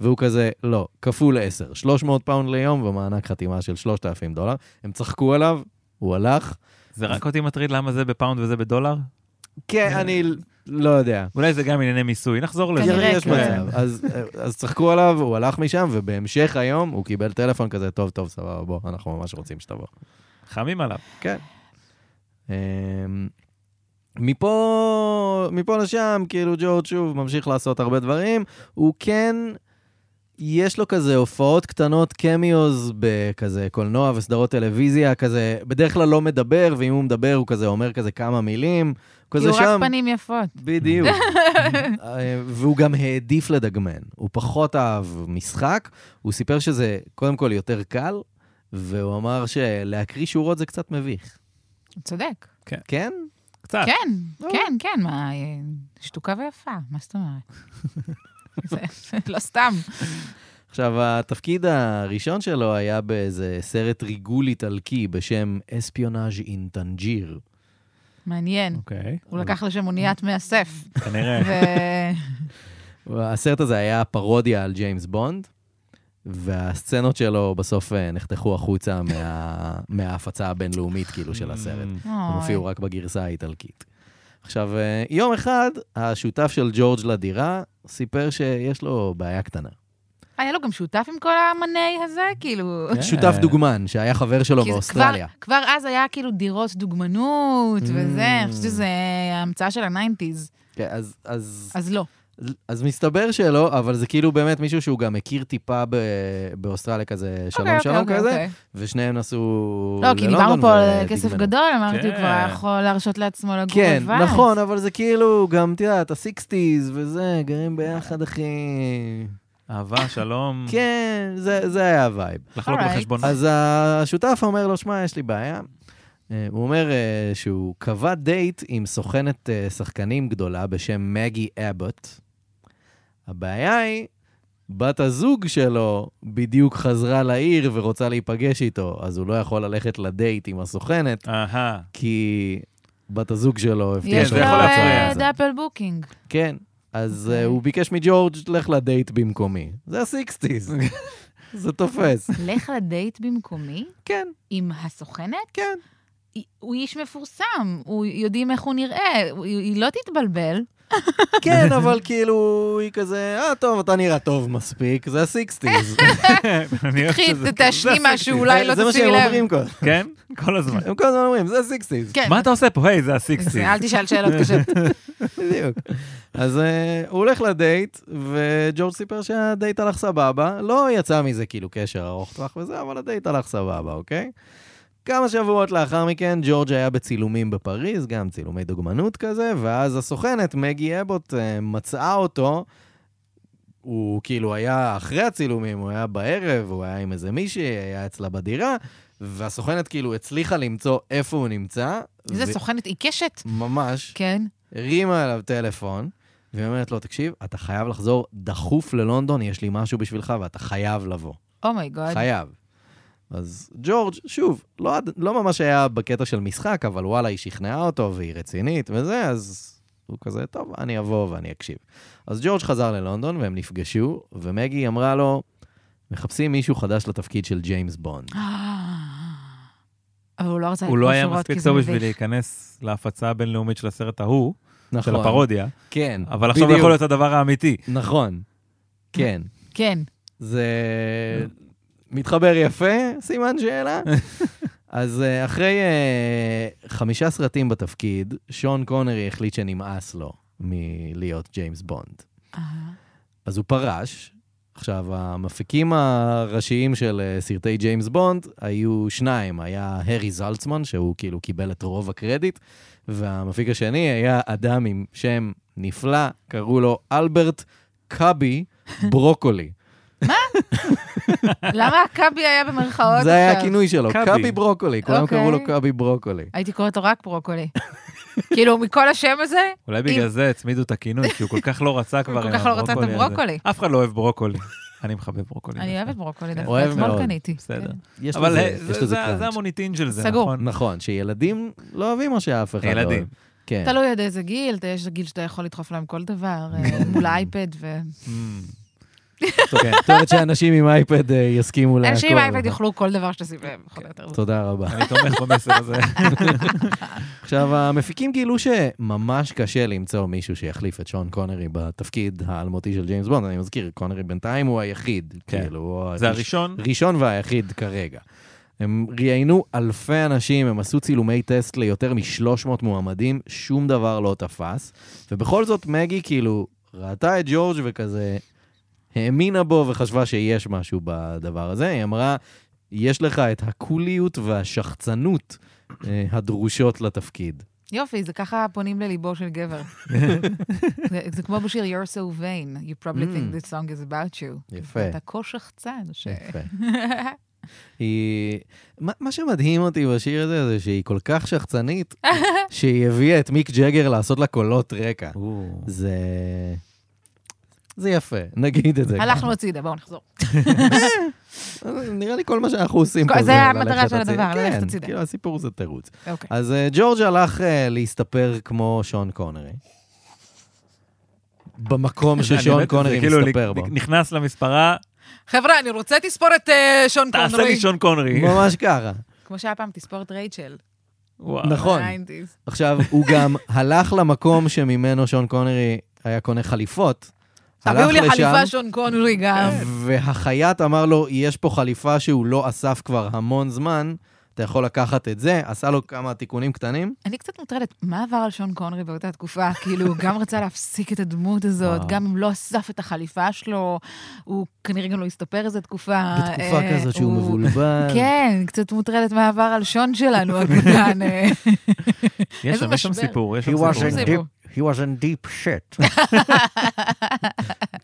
והוא כזה, לא, כפול 10, 300 פאונד ליום ומענק חתימה של 3,000 דולר. הם צחקו עליו, הוא הלך.
זה רק אותי מטריד למה זה בפאונד וזה בדולר?
כן, אני לא יודע.
אולי זה גם ענייני מיסוי, נחזור לזה.
כנראה,
יש
כן.
מצב. אז, אז צחקו עליו, הוא הלך משם, ובהמשך היום הוא קיבל טלפון כזה, טוב, טוב, סבבה, בוא, אנחנו ממש רוצים שתבוא.
חמים עליו.
כן. אמ, מפה, מפה לשם, כאילו ג'ורג' שוב ממשיך לעשות הרבה דברים. הוא כן, יש לו כזה הופעות קטנות, קמיוז, בכזה קולנוע וסדרות טלוויזיה, כזה, בדרך כלל לא מדבר, ואם הוא מדבר, הוא כזה אומר כזה כמה מילים. הוא
כי
כזה
הוא
שם.
רק פנים יפות.
בדיוק. אה, והוא גם העדיף לדגמן. הוא פחות אהב משחק. הוא סיפר שזה קודם כל יותר קל, והוא אמר שלהקריא שורות זה קצת מביך.
הוא צודק.
כן?
קצת.
כן, כן, כן, מה, אה, שתוקה ויפה, מה זאת אומרת? זה- זה לא סתם.
עכשיו, התפקיד הראשון שלו היה באיזה סרט ריגול איטלקי בשם אספיונאז' אין טנג'יר.
מעניין.
אוקיי,
הוא לקח לשם
Mm.
אוניית מאסף.
כן.
כנראה.
ו-
הסרט הזה היה פרודיה על ג'יימס בונד, והסצנות שלו בסוף אה, נחתכו החוצה מה... מההפצה הבינלאומית, כאילו, של הסרט.
Mm.
הם
אוי.
הופיעו רק בגרסה האיטלקית. עכשיו, אה, יום אחד, השותף של ג'ורג' לדירה סיפר שיש לו בעיה קטנה.
היה לו גם שותף עם כל המנה הזה? כאילו...
כן.
שותף דוגמן, שהיה חבר שלו
כי זה
לא, באוסטרליה.
כבר, כבר אז היה כאילו דירות דוגמנות וזה, אני
Mm.
חושבת שזה המצאה של הניינטיז.
כן, אז- אז
אז לא.
אז מסתבר שלא, אבל זה כאילו באמת מישהו שהוא גם הכיר טיפה ב- באוסטרליה כזה, שלום
אוקיי,
שלום
אוקיי,
כזה,
אוקיי.
ושניהם נסעו
לא, כי
ללונדון
דיברנו פה על
ודגמנו.
כסף גדול, אמרתי, הוא
כן.
כבר היה יכול להרשות לעצמו לגור
כן,
לבד.
נכון, אבל זה כאילו, גם, את יודעת, הסיקסטיז וזה, גרים ביחד, אחי.
אהבה, שלום,
Mm.
כן, זה זה היה הווייב.
לחלוק
Alright.
בחשבון.
אז השותף אומר לו, שמע, יש לי בעיה. אה, הוא אומר אה, שהוא קבע דייט עם סוכנת אה, שחקנים גדולה בשם מגי אבוט. הבעיה היא, בת הזוג שלו בדיוק חזרה לעיר ורוצה להיפגש איתו, אז הוא לא יכול ללכת לדייט עם הסוכנת,
אהה.
כי בת הזוג שלו הבטיחה
יש
זה
שהוא
לו
לא
יכול
יעשה
להפריע.
אה,
את זה.
דאפל בוקינג.
כן, אז
אוקיי.
אה, הוא ביקש מג'ורג', לך לדייט במקומי. זה הסיקסטיז, זה תופס.
לך לדייט במקומי
כן,
עם הסוכנת?
כן.
הוא איש מפורסם, הוא יודעים איך הוא נראה, הוא- היא לא תתבלבל.
כן, אבל כאילו, היא כזה, אה, טוב, אתה נראה טוב מספיק, זה הסיקסטיז.
אני אוהב
קחי,
שזה-
תעשני
זה
משהו,
ה-sixties.
אולי לא
זה מה
תשימי
שהם
לב.
אומרים כל הזמן.
כן, כל הזמן.
הם כל הזמן אומרים, זה הסיקסטיז.
כן.
מה אתה עושה פה? היי, זה הסיקסטי.
אל תשאל שאלות קשות.
בדיוק. אז אה, הוא הולך לדייט, וג'ורג' סיפר שהדייט הלך סבבה. לא יצא מזה כאילו קשר ארוך טווח וזה, אבל הדייט הלך סבבה, אוקיי? כמה שבועות לאחר מכן, ג'ורג' היה בצילומים בפריז, גם צילומי דוגמנות כזה, ואז הסוכנת, מגי אבוט, אה, מצאה אותו. הוא כאילו היה אחרי הצילומים, הוא היה בערב, הוא היה עם איזה מישהי, היה אצלה בדירה, והסוכנת כאילו הצליחה למצוא איפה הוא נמצא.
זה
ו-
סוכנת עיקשת.
ממש.
כן.
הרימה אליו טלפון, והיא אומרת לו, תקשיב, אתה חייב לחזור דחוף ללונדון, יש לי משהו בשבילך ואתה חייב לבוא.
Oh אומייגוד.
חייב. אז ג'ורג', שוב, לא, עד- לא ממש היה בקטע של משחק, אבל וואלה, היא שכנעה אותו והיא רצינית וזה, אז הוא כזה, טוב, אני אבוא ואני אקשיב. אז ג'ורג' חזר ללונדון והם נפגשו, ומגי אמרה לו, מחפשים מישהו חדש לתפקיד של ג'יימס בונד.
אבל הוא לא רצה
הוא לא
לקרוא
היה
שורות,
מספיק
כי זה
טוב
מביך.
בשביל להיכנס להפצה הבינלאומית של הסרט ההוא, של הפרודיה,
נכון. כן,
אבל עכשיו הוא
בדיוק.
יכול להיות הדבר האמיתי.
נכון, כן.
כן.
זה מתחבר יפה, סימן שאלה. אז אה, אחרי אה, חמישה סרטים בתפקיד, שון קונרי החליט שנמאס לו מלהיות ג'יימס בונד.
אהה.
אז הוא פרש. עכשיו, המפיקים הראשיים של אה, סרטי ג'יימס בונד היו שניים, היה הרי זלצמן, שהוא כאילו קיבל את רוב הקרדיט, והמפיק השני היה אדם עם שם נפלא, קראו לו אלברט קאבי ברוקולי.
למה הקאבי היה במרכאות עכשיו?
זה היה הכינוי שלו,
קאבי.
קאבי ברוקולי, כולם
אוקיי.
קראו לו קאבי ברוקולי.
הייתי קוראת לו רק ברוקולי. כאילו, מכל השם הזה,
אולי בגלל זה הצמידו את הכינוי, כי הוא כל כך לא רצה כבר
כל
עם
כך לא רצה את
הברוקולי הזה.
הברוקולי.
אף אחד לא אוהב ברוקולי. אני מחבב ברוקולי.
אני
דווקא.
אוהבת ברוקולי,
אוהב
דווקא אתמול
מאוד.
קניתי.
בסדר.
כן.
יש
אבל
לזה-
אה,
יש
זה-
לזה
זה זה
קראנץ'.
המוניטין של זה,
סגור.
נכון?
נכון, שילדים לא אוהבים מה שאף אחד לא אוהב.
ילדים.
כן.
תלוי עד איזה גיל, אתה- יש גיל שאתה יכול לדחוף להם כל דבר, אה, מול האייפד ו...
Mm.
טוב, כן. זאת אומרת שאנשים עם אייפד אה, יסכימו להכל.
אנשים עם האייפד יאכלו כל דבר שתשים להם, פחות או יותר.
תודה רבה.
אני תומך במסר הזה.
עכשיו, המפיקים גילו שממש קשה למצוא מישהו שיחליף את שון קונרי בתפקיד האלמותי של ג'יימס בונד. אני מזכיר, קונרי בינתיים הוא היחיד,
כן.
כאילו, הוא
זה
הראש-
הראשון.
ראשון והיחיד כרגע. הם ראיינו אלפי אנשים, הם עשו צילומי טסט ליותר מ-300 מועמדים, שום דבר לא תפס. ובכל זאת, מגי כאילו ראתה את ג'ורג' וכזה האמינה בו וחשבה שיש משהו בדבר הזה. היא אמרה, יש לך את הקוליות והשחצנות אה, הדרושות לתפקיד.
יופי, זה ככה פונים לליבו של גבר. זה- זה כמו בשיר You're so vain, you probably think
Mm.
this song is about you.
יפה.
אתה כה שחצן. ש-
יפה. היא... מה, מה שמדהים אותי בשיר הזה, זה שהיא כל כך שחצנית, שהיא הביאה את מיק ג'גר לעשות לה קולות רקע. זה... זה יפה, נגיד את זה. ככה.
הלכנו הצידה, בואו נחזור.
נראה לי כל מה שאנחנו עושים
כל-
פה
זה המטרה
ללכת
של
הצידה.
הדבר, ללכת
כן,
הצידה.
כאילו הסיפור זה תירוץ.
אוקיי.
אז אה, ג'ורג' הלך אה, להסתפר כמו שון קונרי. במקום
אני מת
ששון
על זה,
קונרי
כאילו,
מסתפר
נ-
בו.
נכנס למספרה,
חבר'ה, אני רוצה תספורת אה, שון
תעשה
קונרי.
לי שון קונרי.
ממש ככה.
כמו שהיה פעם תספורת רייצ'ל.
וואו.
נכון.
ב-nineties.
עכשיו, הוא גם הלך למקום שממנו שון קונרי היה קונה חליפות.
תביאו
הלך
לי
לשם, כן.
חליפה שון קונרי גם.
והחייט אמר לו, יש פה חליפה שהוא לא אסף כבר המון זמן, אתה יכול לקחת את זה, עשה לו כמה תיקונים קטנים.
אני קצת מוטרדת, מה עבר על שון קונרי באותה תקופה? כאילו, הוא גם רצה להפסיק את הדמות הזאת,
וואו.
גם אם לא אסף את החליפה שלו, הוא כנראה גם לא הסתפר איזה תקופה.
בתקופה
אה,
כזאת שהוא
הוא-
מבולבל.
כן, קצת מוטרדת מה עבר על שון שלנו הקטן. אה.
יש
איזה
שם, יש שם
משבר.
סיפור, יש שם
He
סיפור.
was in
Possible.
deep. He was in deep shit.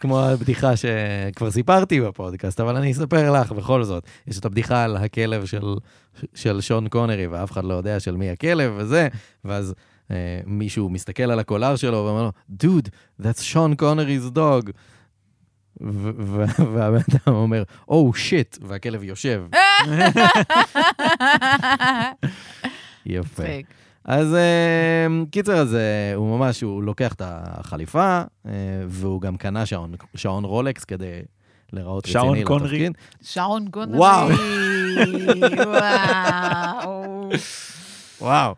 כמו הבדיחה שכבר סיפרתי בפודקאסט, אבל אני אספר לך בכל זאת. יש את הבדיחה על הכלב של, של שון קונרי, ואף אחד לא יודע של מי הכלב וזה, ואז אה, מישהו מסתכל על הקולר שלו ואומר לו, דוד, that's Sean Connery's dog. ו- ו- והבן אדם אומר, או שיט, והכלב יושב. יפה.
מצחיק.
אז אה, קיצר, אז אה, הוא ממש, הוא לוקח את החליפה, אה, והוא גם קנה שעון, שעון רולקס כדי להיראות רציני
שעון
לתפקיד.
קונרי.
שרון קונרי.
וואו.
וואו.
וואו,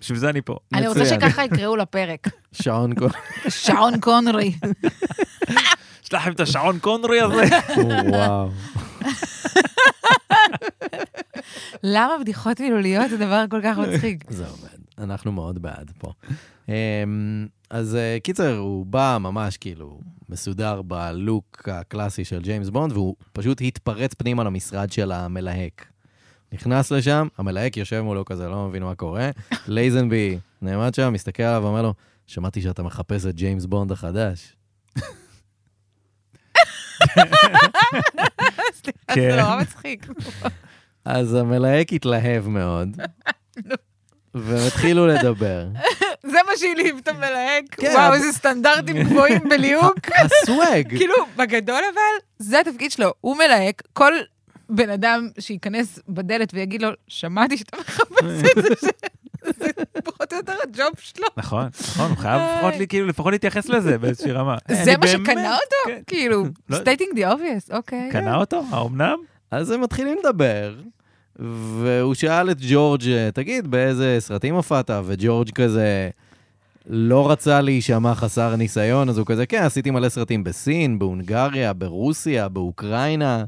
בשביל זה אני פה.
אני רוצה
מצוין.
שככה יקראו לפרק.
שעון קונרי.
שרון קונרי.
יש לכם את השעון קונרי הזה?
וואו.
למה בדיחות מילוליות זה דבר כל כך מצחיק?
זה עובד, אנחנו מאוד בעד פה. אה, אז אה, קיצר, הוא בא ממש כאילו מסודר בלוק הקלאסי של ג'יימס בונד, והוא פשוט התפרץ פנימה למשרד של המלהק. נכנס לשם, המלהק יושב מולו כזה, לא מבין מה קורה. לייזנבי נעמד שם, מסתכל עליו ואומר לו, שמעתי שאתה מחפש את ג'יימס בונד החדש.
אז זה
כן.
נורא מצחיק.
אז המלהק התלהב מאוד, והתחילו לדבר.
זה מה שהלהיב את המלהק.
כן,
וואו,
אבל-
איזה סטנדרטים גבוהים בליהוק.
הסוואג!
כאילו, בגדול אבל, זה התפקיד שלו. הוא מלהק, כל בן אדם שייכנס בדלת ויגיד לו, שמעתי שאתה מחפש את זה, ש- זה פחות או יותר הג'וב שלו.
נכון, נכון, הוא חייב לפחות לי- כאילו, לפחות להתייחס לזה באיזושהי רמה.
זה
אני
מה
באמת-
שקנה אותו?
כן.
כאילו,
לא-
stating the obvious, אוקיי.
כן.
קנה אותו? האומנם?
אז הם מתחילים לדבר, והוא שאל את ג'ורג', תגיד, באיזה סרטים הופעת? וג'ורג' כזה לא רצה להישמע חסר ניסיון, אז הוא כזה, כן, עשיתי מלא סרטים בסין, בהונגריה, ברוסיה, באוקראינה,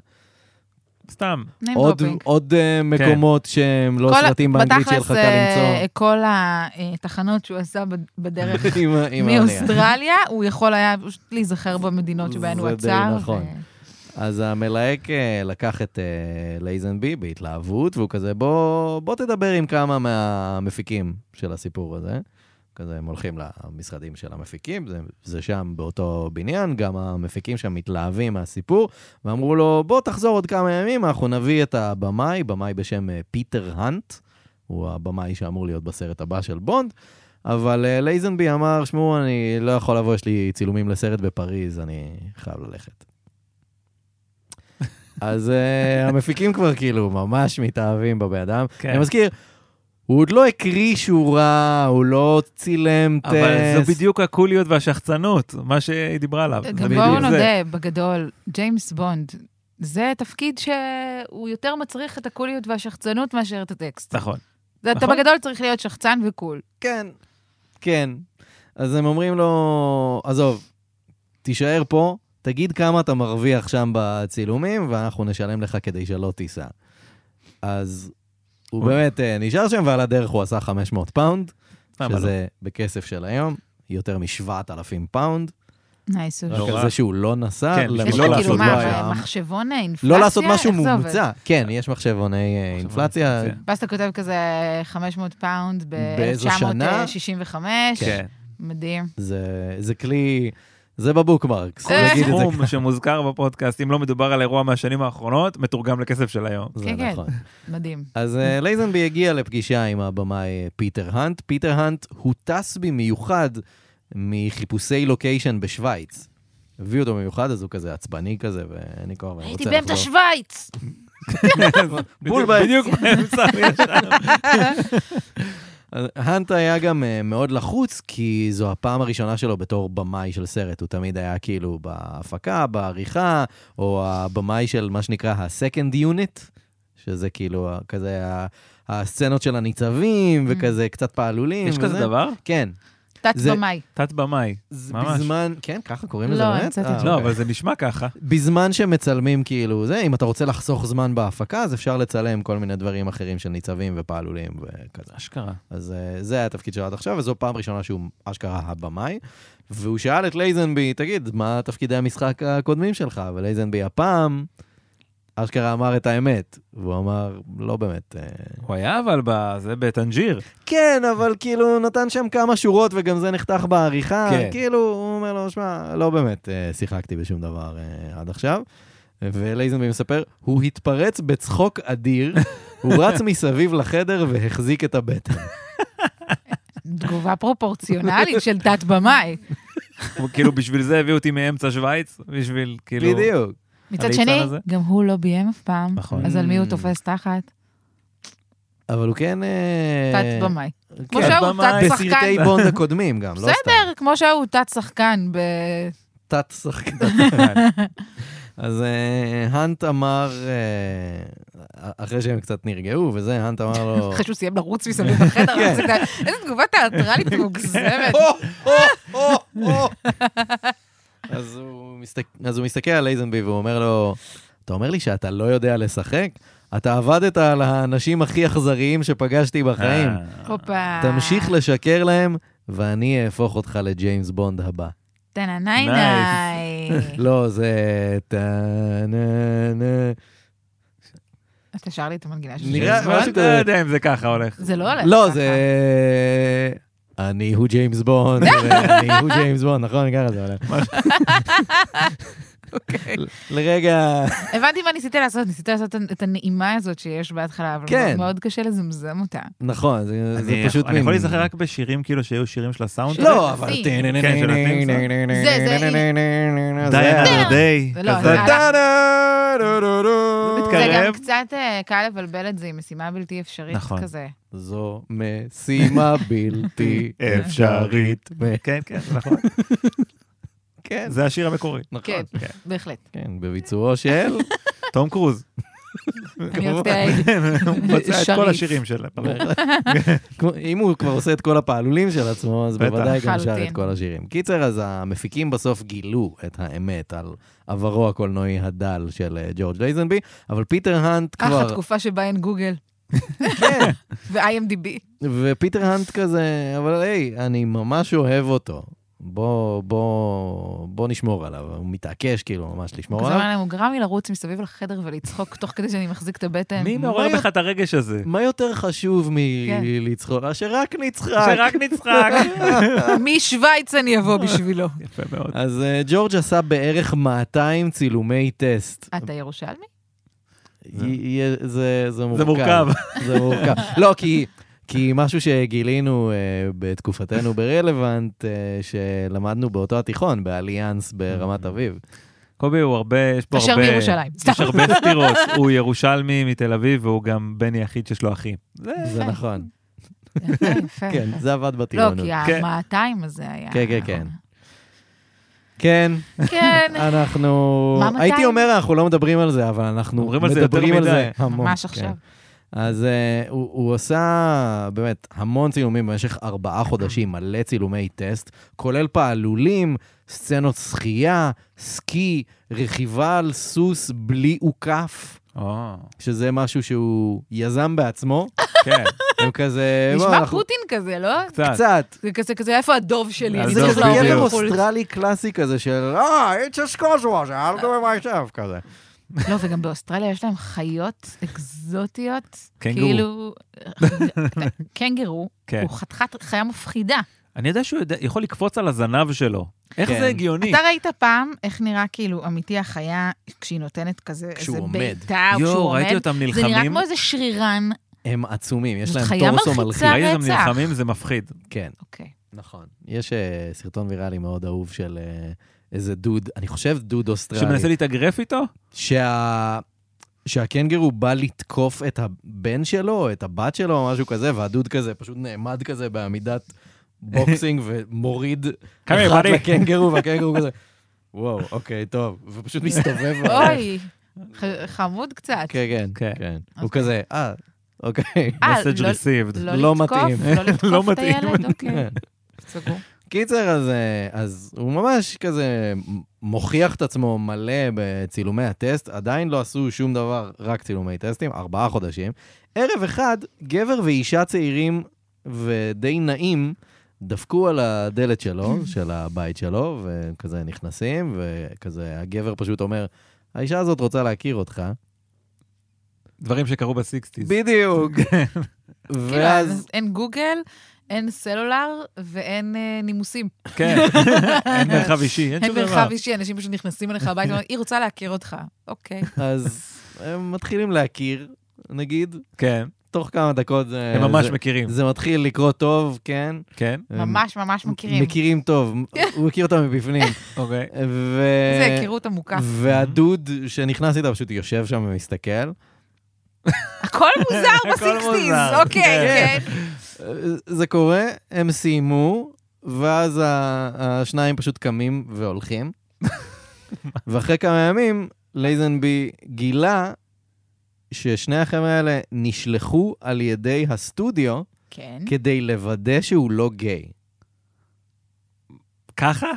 סתם.
name
עוד,
dropping.
עוד uh, מקומות שהם לא
כל ה-
סרטים באנגלית שיהיה לך
בתכלס,
קל
אה,
למצוא.
כל התחנות שהוא עשה בד- בדרך
עם ה- עם האונייה.
מאוסטרליה, הוא יכול היה פשוט להיזכר במדינות שבהן
זה
הוא
די
עצר.
נכון.
ו-
אז המלהק אה, לקח את אה, לייזנבי בהתלהבות, והוא כזה, בוא, בוא תדבר עם כמה מהמפיקים של הסיפור הזה. כזה הם הולכים למשרדים של המפיקים, זה, זה שם באותו בניין, גם המפיקים שם מתלהבים מהסיפור, ואמרו לו, בוא תחזור עוד כמה ימים, אנחנו נביא את הבמאי, במאי בשם אה, פיטר האנט, הוא הבמאי שאמור להיות בסרט הבא של בונד, אבל אה, לייזנבי אמר, שמעו, אני לא יכול לבוא, יש לי צילומים לסרט בפריז, אני חייב ללכת. אז אה, המפיקים כבר כאילו ממש מתאהבים בבן אדם.
כן.
אני מזכיר, הוא עוד לא הקריא שורה, הוא לא צילם טסט.
אבל זו בדיוק הקוליות והשחצנות, מה שהיא דיברה עליו. זה
גם
בדיוק
בואו
זה.
נודה, בגדול, ג'יימס בונד, זה תפקיד שהוא יותר מצריך את הקוליות והשחצנות מאשר את הטקסט.
נכון.
זה- אתה
נכון.
בגדול צריך להיות שחצן וקול.
כן, כן. אז הם אומרים לו, עזוב, תישאר פה, תגיד כמה אתה מרוויח שם בצילומים, ואנחנו נשלם לך כדי שלא תיסע. אז הוא
אוי.
באמת אה, נשאר שם, ועל הדרך הוא עשה 500 פאונד,
למה לא?
שזה בכסף של היום, יותר מ-7,000 פאונד,
נייס.
לא
רק
רע.
על זה שהוא לא נסע,
כן,
למרות
יש
לא
לך כאילו
שהוא
לעשות
לא
משהו.
היה-
מה, מחשבון אינפלציה?
לא לעשות משהו
איך זה עובד?
מומצא. כן, יש מחשבוני אה, אינפלציה,
ואז אתה כותב כזה 500 פאונד
באיזו שנה?
ב-1965.
כן.
אה, מדהים.
זה זה כלי, זה בבוקמרקס,
אה.
נגיד את זה
סכום כן. שמוזכר בפודקאסט, אם לא מדובר על אירוע מהשנים האחרונות, מתורגם לכסף של היום.
זה
כן, כן.
נכון.
מדהים.
אז אה, לייזנבי הגיע לפגישה עם הבמאי אה, פיטר האנט. פיטר האנט הוטס במיוחד מחיפושי לוקיישן בשוויץ. הביאו אותו במיוחד, אז הוא כזה עצבני כזה, ואין לי כוח, ואני
הייתי
רוצה
באמצע
לחזור.
שווייץ.
בול
בדיוק-
בעץ.
בדיוק באמצע.
אז האנט היה גם אה, מאוד לחוץ, כי זו הפעם הראשונה שלו בתור במאי של סרט. הוא תמיד היה כאילו בהפקה, בעריכה, או הבמאי של מה שנקרא ה-Second Unit, שזה כאילו ה- כזה ה- הסצנות של הניצבים,
Mm.
וכזה קצת פעלולים.
יש כזה
וזה.
דבר?
כן.
תת
זה-
במאי.
תת במאי.
זה
ממש.
בזמן... כן, ככה קוראים לזה
לא,
באמת?
המצאתי
אה,
את זה.
לא,
אוקיי.
אבל זה נשמע ככה.
בזמן שמצלמים כאילו זה, אם אתה רוצה לחסוך זמן בהפקה, אז אפשר לצלם כל מיני דברים אחרים של ניצבים ופעלולים וכזה.
אשכרה.
אז אה, זה היה התפקיד שלו עד עכשיו, וזו פעם ראשונה שהוא אשכרה הבמאי. והוא שאל את לייזנבי, תגיד, מה תפקידי המשחק הקודמים שלך? ולייזנבי הפעם, אשכרה אמר את האמת. והוא אמר, לא באמת. אה,
הוא היה אבל בזה בטנג'יר.
כן, אבל כאילו נתן שם כמה שורות וגם זה נחתך בעריכה.
כן.
כן. כאילו, הוא אומר לו, שמע, לא באמת אה, שיחקתי בשום דבר אה, עד עכשיו. ולייזנבי מספר, הוא התפרץ בצחוק אדיר, הוא רץ מסביב לחדר והחזיק את הבטן.
תגובה פרופורציונלית של תת במאי.
הוא כאילו בשביל זה הביאו אותי מאמצע שווייץ, בשביל כאילו...
בדיוק.
מצד
הליצן
שני,
הזה?
גם הוא לא ביים אף פעם,
נכון.
אז על מי הוא
Mm.
תופס תחת?
אבל הוא כן... אה,
תת במאי. כמו
כן,
שההוא
שהוא
במאי.
תת שחקן.
בסרטי בונד הקודמים גם, לא סתם.
בסדר, כמו שהוא תת שחקן ב...
תת שחקן. אז אה, האנט אמר, אה, אחרי שהם קצת נרגעו וזה, האנט אמר לו...
אחרי שהוא סיים לרוץ מסביב בחדר,
כן.
זה כזה- איזה תגובה תיאטרלית מוגזמת.
אז הוא מסתכל- אז הוא מסתכל על אייזנבי והוא אומר לו, אתה אומר לי שאתה לא יודע לשחק? אתה עבדת על האנשים הכי אכזריים שפגשתי בחיים.
אה,
הופה.
תמשיך לשקר להם, ואני אהפוך אותך לג'יימס בונד הבא.
טננאי נאי.
נייס.
לא, זה... טה, נה, נה.
אז תשאר לי את המנגינה של
נראה-
שיר.
משהו
לא
כזה.
יודע אם זה ככה הולך.
זה לא הולך.
לא,
ככה.
זה... אני הוא ג'יימס בונד, אני הוא ג'יימס בונד, נכון? ככה זה הולך.
אוקיי.
לרגע...
הבנתי מה ניסית לעשות, ניסית לעשות את הנעימה הזאת שיש בהתחלה, אבל
כן.
מאוד קשה לזמזם אותה.
נכון, זה
לא-
זה
אני
פשוט...
יכול- אני
מין-
יכול להיזכר רק בשירים כאילו שהיו שירים של הסאונד.
של-
לא, אבל...
של
כן, של הטינס,
זה,
די
זה-
אנדר דיי.
זה לא,
כזה.
זה-
זה
זה גם
מתקרב.
קצת אה, קל לבלבל את זה עם משימה בלתי אפשרית
נכון.
כזה.
זו משימה בלתי
אפשרית. כן, כן, נכון.
כן,
זה השיר המקורי.
כן,
נכון.
בהחלט.
כן, בביצועו של...
תום קרוז.
אני רציתי להגיד,
הוא מבצע את כל
שריף.
השירים שלה. ברור.
כמו- אם הוא כבר עושה את כל הפעלולים של עצמו, אז
בטח.
בוודאי גם שר
לחלוטין.
את כל השירים. קיצר, אז המפיקים בסוף גילו את האמת על עברו הקולנועי הדל של אה, ג'ורג' לייזנבי, אבל פיטר האנט
אך
כבר...
התקופה שבה אין גוגל
כן,
ו-IMDB.
ופיטר האנט כזה, אבל היי, אני ממש אוהב אותו. בוא, בוא, בוא נשמור עליו. הוא מתעקש כאילו ממש לשמור
כזה
עליו.
אומר להם, הוא גרם לי לרוץ מסביב לחדר ולצחוק תוך כדי שאני מחזיק את הבטן.
מי מעורר
מה-
בך את הרגש הזה?
מה יותר חשוב
כן.
מלצחוק? שרק נצחק.
שרק נצחק.
משוויץ אני אבוא בשבילו.
יפה מאוד.
אז אה, ג'ורג' עשה בערך 200 צילומי טסט.
אתה ירושלמי?
י- י- זה זה מורכב.
זה מורכב.
זה מורכב. לא, כי... כי משהו שגילינו uh, בתקופתנו ברלוונט, uh, שלמדנו באותו התיכון, באליאנס ברמת אביב.
קובי הוא הרבה, יש פה הרבה...
אשר מירושלים. סתם.
יש הרבה סתירות. הוא ירושלמי מתל אביב והוא גם בן יחיד שיש לו אחים.
זה נכון.
יפה, יפה.
כן, זה עבד
לא,
בטירונות.
כי נכון.
כן.
המאתיים הזה היה...
כן, כן, כן. כן,
כן,
אנחנו...
מה, מתי?
הייתי אומר, אנחנו לא מדברים על זה, אבל אנחנו
מדברים על זה יותר
מדברים על
מדי.
זה המון.
ממש
כן.
עכשיו.
אז uh, הוא, הוא עשה באמת המון צילומים במשך ארבעה חודשים, מלא צילומי טסט, כולל פעלולים, סצנות שחייה, סקי, רכיבה על סוס בלי עוקף,
או,
שזה משהו שהוא יזם בעצמו.
כן,
הם כזה... אה, בוא,
נשמע
אנחנו-
פוטין כזה, לא?
קצת.
קצת. לא,
זה כזה, כזה, איפה הדוב שלי? אני
אז
זה
זהו,
צריך
כזה
בדיוק.
גבר
להוריד
בדיוק.
בחוץ.
אוסטרלי קלאסי כזה של, אה, it's a scotch wash, I'll do it myself, כזה.
לא, וגם באוסטרליה יש להם חיות אקזוטיות.
קנגורו.
כאילו... קנגרו
כן.
הוא חתיכת חיה מפחידה.
אני יודע שהוא יודע- יכול לקפוץ על הזנב שלו. איך
כן.
זה הגיוני?
אתה ראית פעם איך נראה כאילו אמיתי החיה כשהיא נותנת כזה
כשהוא
איזה
עומד.
בעיטה, או כשהוא
יואו, ראיתי
עומד?
אותם
זה נראה
נלחמים.
כמו איזה שרירן.
הם עצומים, יש
זאת
להם
חיה
טורסו
מלחיצה.
מלחיץ.
ראיתי אותם
רצח.
נלחמים, זה מפחיד.
כן.
אוקיי.
נכון. יש אה, סרטון ויראלי מאוד אהוב של אה, איזה דוד, אני חושב דוד אוסטרלי.
שמנסה להתאגרף איתו?
שה... שהקנגרו בא לתקוף את הבן שלו, או את הבת שלו, או משהו כזה, והדוד כזה פשוט נעמד כזה בעמידת בוקסינג ומוריד
Come here,
אחת
buddy.
לקנגרו, והקנגרו כזה, וואו, אוקיי, טוב, ופשוט מסתובב.
אוי, ח- חמוד קצת.
כן, כן,
כן.
כן. הוא
אוקיי.
כזה, אה, אוקיי.
אה,
Message
לא-
received.
לא
לא לתקוף,
מתאים.
לא
לא
לתקוף את
מתאים.
הילד, אוקיי.
כן.
סגור.
קיצר, אז, אה, אז הוא ממש כזה מוכיח את עצמו מלא בצילומי הטסט, עדיין לא עשו שום דבר, רק צילומי טסטים, ארבעה חודשים. ערב אחד, גבר ואישה צעירים ודי נעים דפקו על הדלת שלו, של הבית שלו, וכזה נכנסים, וכזה הגבר פשוט אומר, האישה הזאת רוצה להכיר אותך.
דברים שקרו בסיקסטיז.
בדיוק.
כן.
כאילו,
ואז...
אז אין גוגל, אין סלולר ואין אה, נימוסים.
כן, אין מרחב אישי, אין
אין
שום דבר.
מרחב אישי, אנשים פשוט נכנסים אליך הביתה, ואומרים, היא רוצה להכיר אותך. אוקיי.
אה, אז הם מתחילים להכיר, נגיד,
כן,
תוך כמה דקות זה...
הם
אה,
ממש
זה-
מכירים.
כן. זה מתחיל לקרוא טוב, כן.
כן,
ממש ממש
הם
מכירים.
מכירים טוב, הוא הכיר אותם מבפנים.
אוקיי.
ו...
איזה היכרות עמוקה.
והדוד שנכנס איתה פשוט יושב שם ומסתכל.
הכל מוזר
הכל
בסיקסטיז,
מוזר.
אוקיי,
כן.
כן.
זה קורה, הם סיימו, ואז ה- השניים פשוט קמים והולכים. ואחרי כמה ימים, לייזנבי גילה ששני החבר'ה האלה נשלחו על ידי הסטודיו
כן.
כדי לוודא שהוא לא גיי.
כן.
ככה?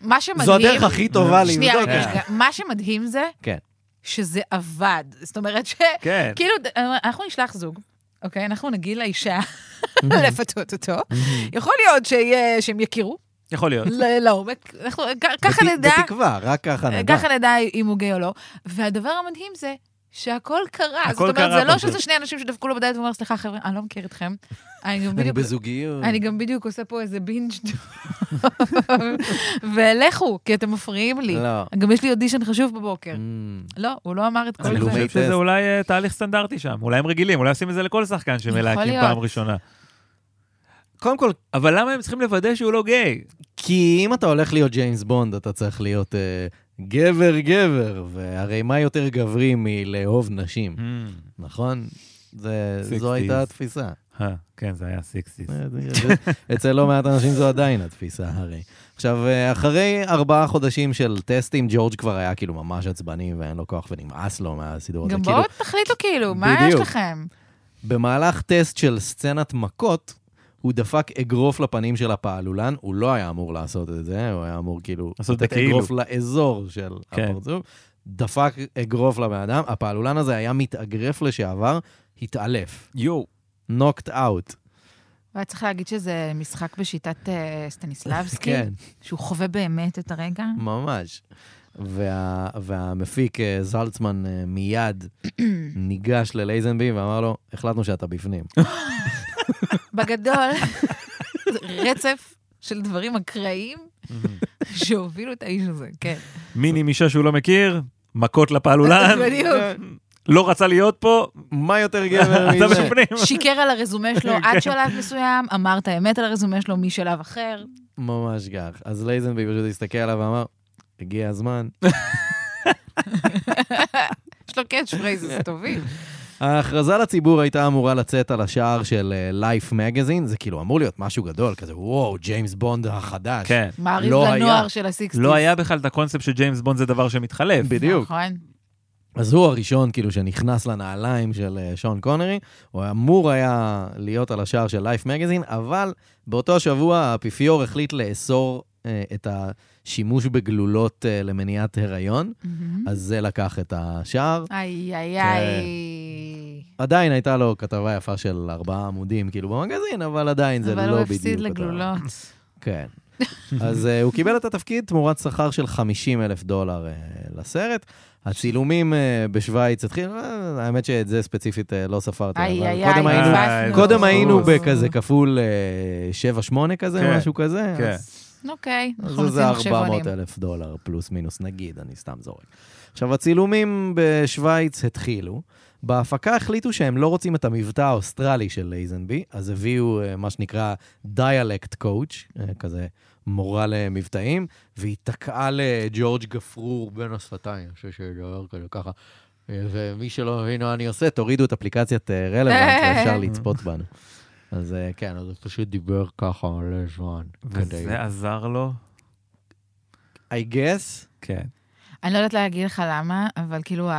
מה שמדהים...
זו הדרך הכי טובה
שנייה,
לבדוק.
רגע,
את זה.
רגע. מה שמדהים זה...
כן.
שזה עבד. זאת אומרת ש...
כן.
כאילו, ד- אנחנו נשלח זוג, אוקיי? אנחנו נגיד לאישה לפתות אותו.
כן.
יכול להיות שיהיה- שהם יכירו
יכול להיות.
ל- לעומק. אנחנו- כ- ככה
בת-
נדע, אה,
בתקווה, רק ככה נדע.
ככה נדע אם הוא גיי או לא. והדבר המדהים זה שהכל קרה.
הכל
זאת אומרת,
קרה
זה לא
פשוט.
שזה שני אנשים שדפקו לו בדלת ואומרים, סליחה, חבר'ה, אני לא מכיר אתכם. אני גם
אני
בדיוק
בזוגיות.
אני גם בדיוק עושה פה איזה בינג' ולכו, כי אתם מפריעים לי.
לא.
גם יש לי אודישן חשוב בבוקר.
Mm.
לא, הוא לא אמר את כל
אני
צילומי
זה.
חושב
טסט.
שזה אולי אה, תהליך סטנדרטי שם, אולי הם רגילים, אולי עושים את זה לכל שחקן שמלהקים
להיות.
פעם ראשונה.
קודם כל,
אבל למה הם צריכים לוודא שהוא לא גיי?
כי אם אתה הולך להיות ג'יימס בונד, אתה צריך להיות אה, גבר גבר, והרי מה יותר גברי מלאהוב נשים, נכון? זה, זו
60s.
הייתה התפיסה. אה,
אה, כן, זה היה סיקסטיס.
אצל לא מעט אנשים זו עדיין התפיסה, הרי. עכשיו, אה, אחרי ארבעה חודשים של טסטים, ג'ורג' כבר היה כאילו ממש עצבני ואין לו כוח ונמאס לו מהסידור הזה.
גם
כאילו,
בואו תחליטו כאילו, מה יש
בדיוק.
לכם?
במהלך טסט של סצנת מכות, הוא דפק אגרוף לפנים של הפעלולן, הוא לא היה אמור לעשות את זה, הוא היה אמור כאילו...
לעשות את
לתת
זה כאילו.
אגרוף לאזור של
כן.
הפרצוף. דפק אגרוף לבן אדם, הפעלולן הזה היה מתאגרף לשעבר, התעלף.
יואו.
נוקט אאוט.
והיה צריך להגיד שזה משחק בשיטת אה, סטניסלבסקי,
כן,
שהוא חווה באמת את הרגע.
ממש. וה, והמפיק אה, זלצמן אה, מיד ניגש ללייזנבי ואמר לו, החלטנו שאתה בפנים.
בגדול, זה רצף של דברים אקראיים
Mm-hmm.
שהובילו את האיש הזה, כן.
מיני עם אישה שהוא לא מכיר, מכות לפעלולן,
בדיוק.
לא רצה להיות פה,
מה יותר גבר
אתה
מזה?
בפנים.
שיקר על הרזומה שלו
כן.
עד שלב מסוים, אמר את האמת על הרזומה שלו משלב אחר.
ממש כך. אז לייזנבי פשוט הסתכל עליו ואמר, הגיע הזמן.
יש לו קאץ' פרייזס טובים.
ההכרזה לציבור הייתה אמורה לצאת על השער של אה, Life Magazine, זה כאילו אמור להיות משהו גדול, כזה וואו, ג'יימס בונד החדש.
כן.
מעריב
לא היה.
לנוער של הסיקסטיז.
לא היה בכלל את הקונספט שג'יימס בונד זה דבר שמתחלף.
בדיוק.
נכון.
אז הוא הראשון כאילו שנכנס לנעליים של אה, שון קונרי, הוא אמור היה להיות על השער של Life Magazine, אבל באותו שבוע האפיפיור החליט לאסור אה, את השימוש בגלולות אה, למניעת הריון,
מהמם.
אז זה לקח את השער.
איי, איי,
כן.
איי.
עדיין הייתה לו כתבה יפה של ארבעה עמודים, כאילו, במגזין, אבל עדיין זה לא
אבל
בדיוק...
הוא הפסיד
אותו.
לגלולות.
כן. אז אה, הוא קיבל את התפקיד תמורת שכר של 50 אלף דולר אה, לסרט. הצילומים אה, בשוויץ התחילו, אה, האמת שאת זה ספציפית אה, לא ספרתי.
איי,
אבל
איי,
קודם
איי,
היינו-
פסנו.
קודם היינו
אוי.
בכזה כפול אה, 7-8 כזה,
אוקיי. כן.
משהו כזה.
כן.
אז-
אוקיי,
אז
אנחנו
זה
נוציא
400
מחשבונים.
אלף דולר פלוס מינוס, נגיד, אני סתם זורק. עכשיו, הצילומים בשוויץ התחילו. בהפקה החליטו שהם לא רוצים את המבטא האוסטרלי של לייזנבי, אז הביאו אה, מה שנקרא dialect coach, אה, כזה מורה למבטאים, והיא תקעה לג'ורג' גפרור בין השפתיים, אני חושב שדבר כזה ככה. אה, ומי שלא מבין מה אני עושה, תורידו את אפליקציית אה, רלוונט, ואפשר לצפות בנו. אז אה, כן, אז הוא פשוט דיבר ככה מלא זמן. כדי-
וזה עזר לו?
I guess,
כן.
אני לא יודעת להגיד לך למה, אבל כאילו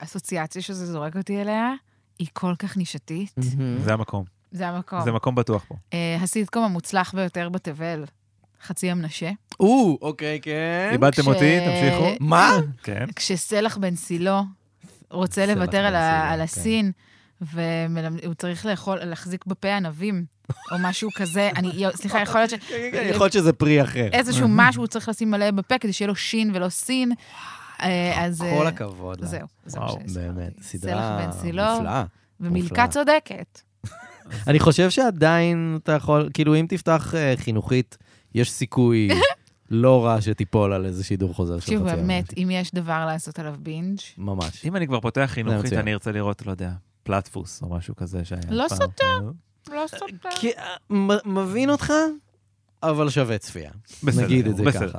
האסוציאציה שזה זורק אותי אליה, היא כל כך נישתית.
Mm.
זה המקום.
זה
Oh.
המקום.
זה מקום בטוח פה.
אה, הסיטקום המוצלח ביותר בתבל, חצי המנשה.
או, אוקיי, כן.
איבדתם אותי, תמשיכו.
מה?
כן.
כשסלח בן סילו רוצה
סלח
לוותר
בן
על, ה-
סילו,
על
כן.
הסין, והוא צריך לאכול, להחזיק בפה ענבים, או משהו כזה. אני, יו, סליחה, יכול להיות ש...
כן, כן, יכול להיות שזה פרי אחר.
איזשהו משהו הוא צריך לשים מלא בפה כדי שיהיה לו שין ולא סין. אה, אז...
כל
אה,
הכבוד. לה.
זהו, זה מה
וואו,
שהסברתי.
באמת,
סלח
סדרה
בן סילו,
מופלאה.
ומילכה
מופלאה.
צודקת.
אני חושב שעדיין אתה יכול, כאילו, אם תפתח אה, חינוכית, יש סיכוי לא רע שתיפול על איזה שידור חוזר של חצי
תקשיב,
יום.
באמת, אם יש דבר לעשות עליו בינג',
ממש.
אם אני כבר פותח חינוכית,
מצוין.
אני ארצה לראות, לא יודע, פלטפוס או משהו כזה שהיה.
לא
פעם.
לא סותר.
כי, אה, מ- מבין אותך, אבל שווה צפייה.
בסדר,
נגיד את זה
בסדר.
ככה.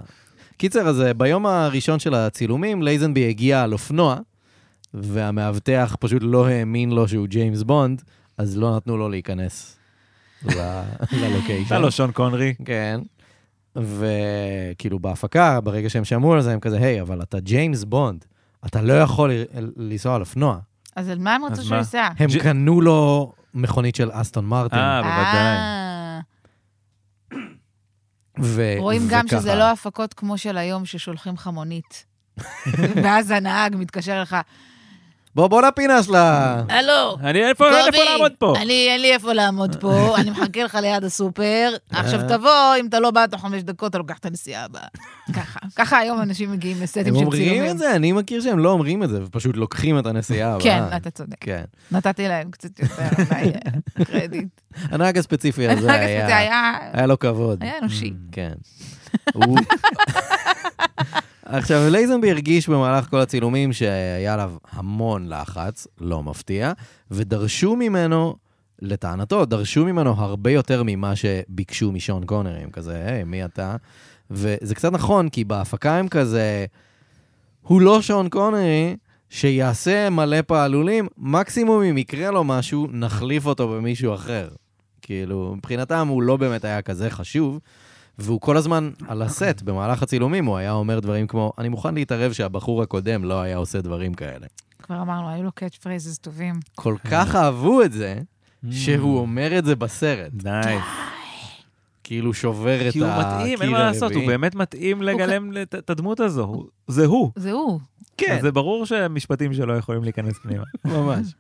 קיצר, אז אה, ביום הראשון של הצילומים, לייזנבי הגיע על אופנוע, והמאבטח פשוט לא האמין לו שהוא ג'יימס בונד, אז לא נתנו לו להיכנס ל-
אתה
ללוקיישן.
לא שון קונרי.
כן. וכאילו בהפקה, ברגע שהם שמעו על זה, הם כזה, היי, אבל אתה ג'יימס בונד, אתה לא יכול ל- לנסוע על אופנוע.
אז על מה הם רצו
אז
שהוא
מה?
ייסע?
הם
ג'-
קנו לו מכונית של אסטון מרטין.
אה, בוודאי.
אה,
ו-
רואים גם
אה, וככה.
שזה לא הפקות כמו של היום ששולחים לך מונית. ואז הנהג מתקשר לך,
בוא, בוא לפינה שלה.
הלו,
אני איפה
לא,
אין איפה לעמוד פה.
אני, אין לי איפה לעמוד פה, אני מחכה לך ליד הסופר,
אה.
עכשיו תבוא, אם אתה לא בא תוך חמש דקות, אתה לוקח את הנסיעה הבאה. ככה, ככה היום אנשים מגיעים לסטים של
הם
צילומים.
אומרים את זה? אני מכיר שהם לא אומרים את זה, ופשוט לוקחים את הנסיעה הבאה.
כן, אתה צודק.
כן.
נתתי להם קצת יותר אולי אה, קרדיט.
הנהג הספציפי הזה
הנהג הספציפי
היה...
היה-
היה לו כבוד.
היה אנושי.
כן. הוא- עכשיו, לייזנבי הרגיש במהלך כל הצילומים שהיה עליו המון לחץ, לא מפתיע, ודרשו ממנו, לטענתו, דרשו ממנו הרבה יותר ממה שביקשו משון קונרי, הם כזה, היי, מי אתה? וזה קצת נכון, כי בהפקה הם כזה, הוא לא שון קונרי. שיעשה מלא פעלולים, מקסימום אם יקרה לו משהו, נחליף אותו במישהו אחר. כאילו, מבחינתם הוא לא באמת היה כזה חשוב, והוא כל הזמן על הסט, במהלך הצילומים, הוא היה אומר דברים כמו, אני מוכן להתערב שהבחור הקודם לא היה עושה דברים כאלה.
כבר אמרנו, היו לו קאץ' פרייזס טובים.
כל
כן.
כך אהבו את זה,
Mm.
שהוא אומר את זה בסרט.
נייס.
כאילו שובר את
כי הוא
הקיר
מתאים, אין מה לעשות, הוא
הרביעי.
באמת מתאים לגלם לת- את הדמות הזו. הוא- זה הוא.
זה הוא.
כן.
אז זה ברור שהמשפטים שלו יכולים להיכנס פנימה.
ממש.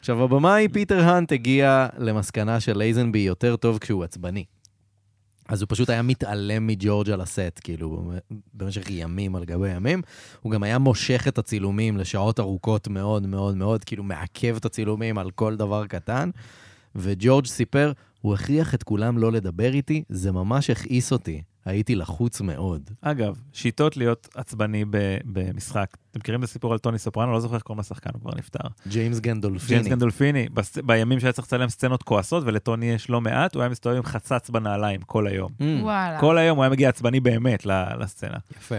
עכשיו, הבמאי פיטר האנט הגיע למסקנה שלייזנבי יותר טוב כשהוא עצבני. אז הוא פשוט היה מתעלם מג'ורג' על הסט, כאילו, במשך ימים על גבי ימים. הוא גם היה מושך את הצילומים לשעות ארוכות מאוד מאוד מאוד, כאילו מעכב את הצילומים על כל דבר קטן. וג'ורג' סיפר, הוא הכריח את כולם לא לדבר איתי, זה ממש הכעיס אותי, הייתי לחוץ מאוד.
אגב, שיטות להיות עצבני ב- במשחק. אתם מכירים את הסיפור על טוני סופרנו? לא זוכר איך קוראים לשחקן, הוא כבר נפטר.
ג'יימס גנדולפיני.
ג'יימס גנדולפיני, בס- בימים שהיה צריך לצלם סצנות כועסות, ולטוני יש לא מעט, הוא היה מסתובב עם חצץ בנעליים כל היום.
Mm.
וואלה.
כל היום הוא היה מגיע עצבני באמת ל- לסצנה.
יפה.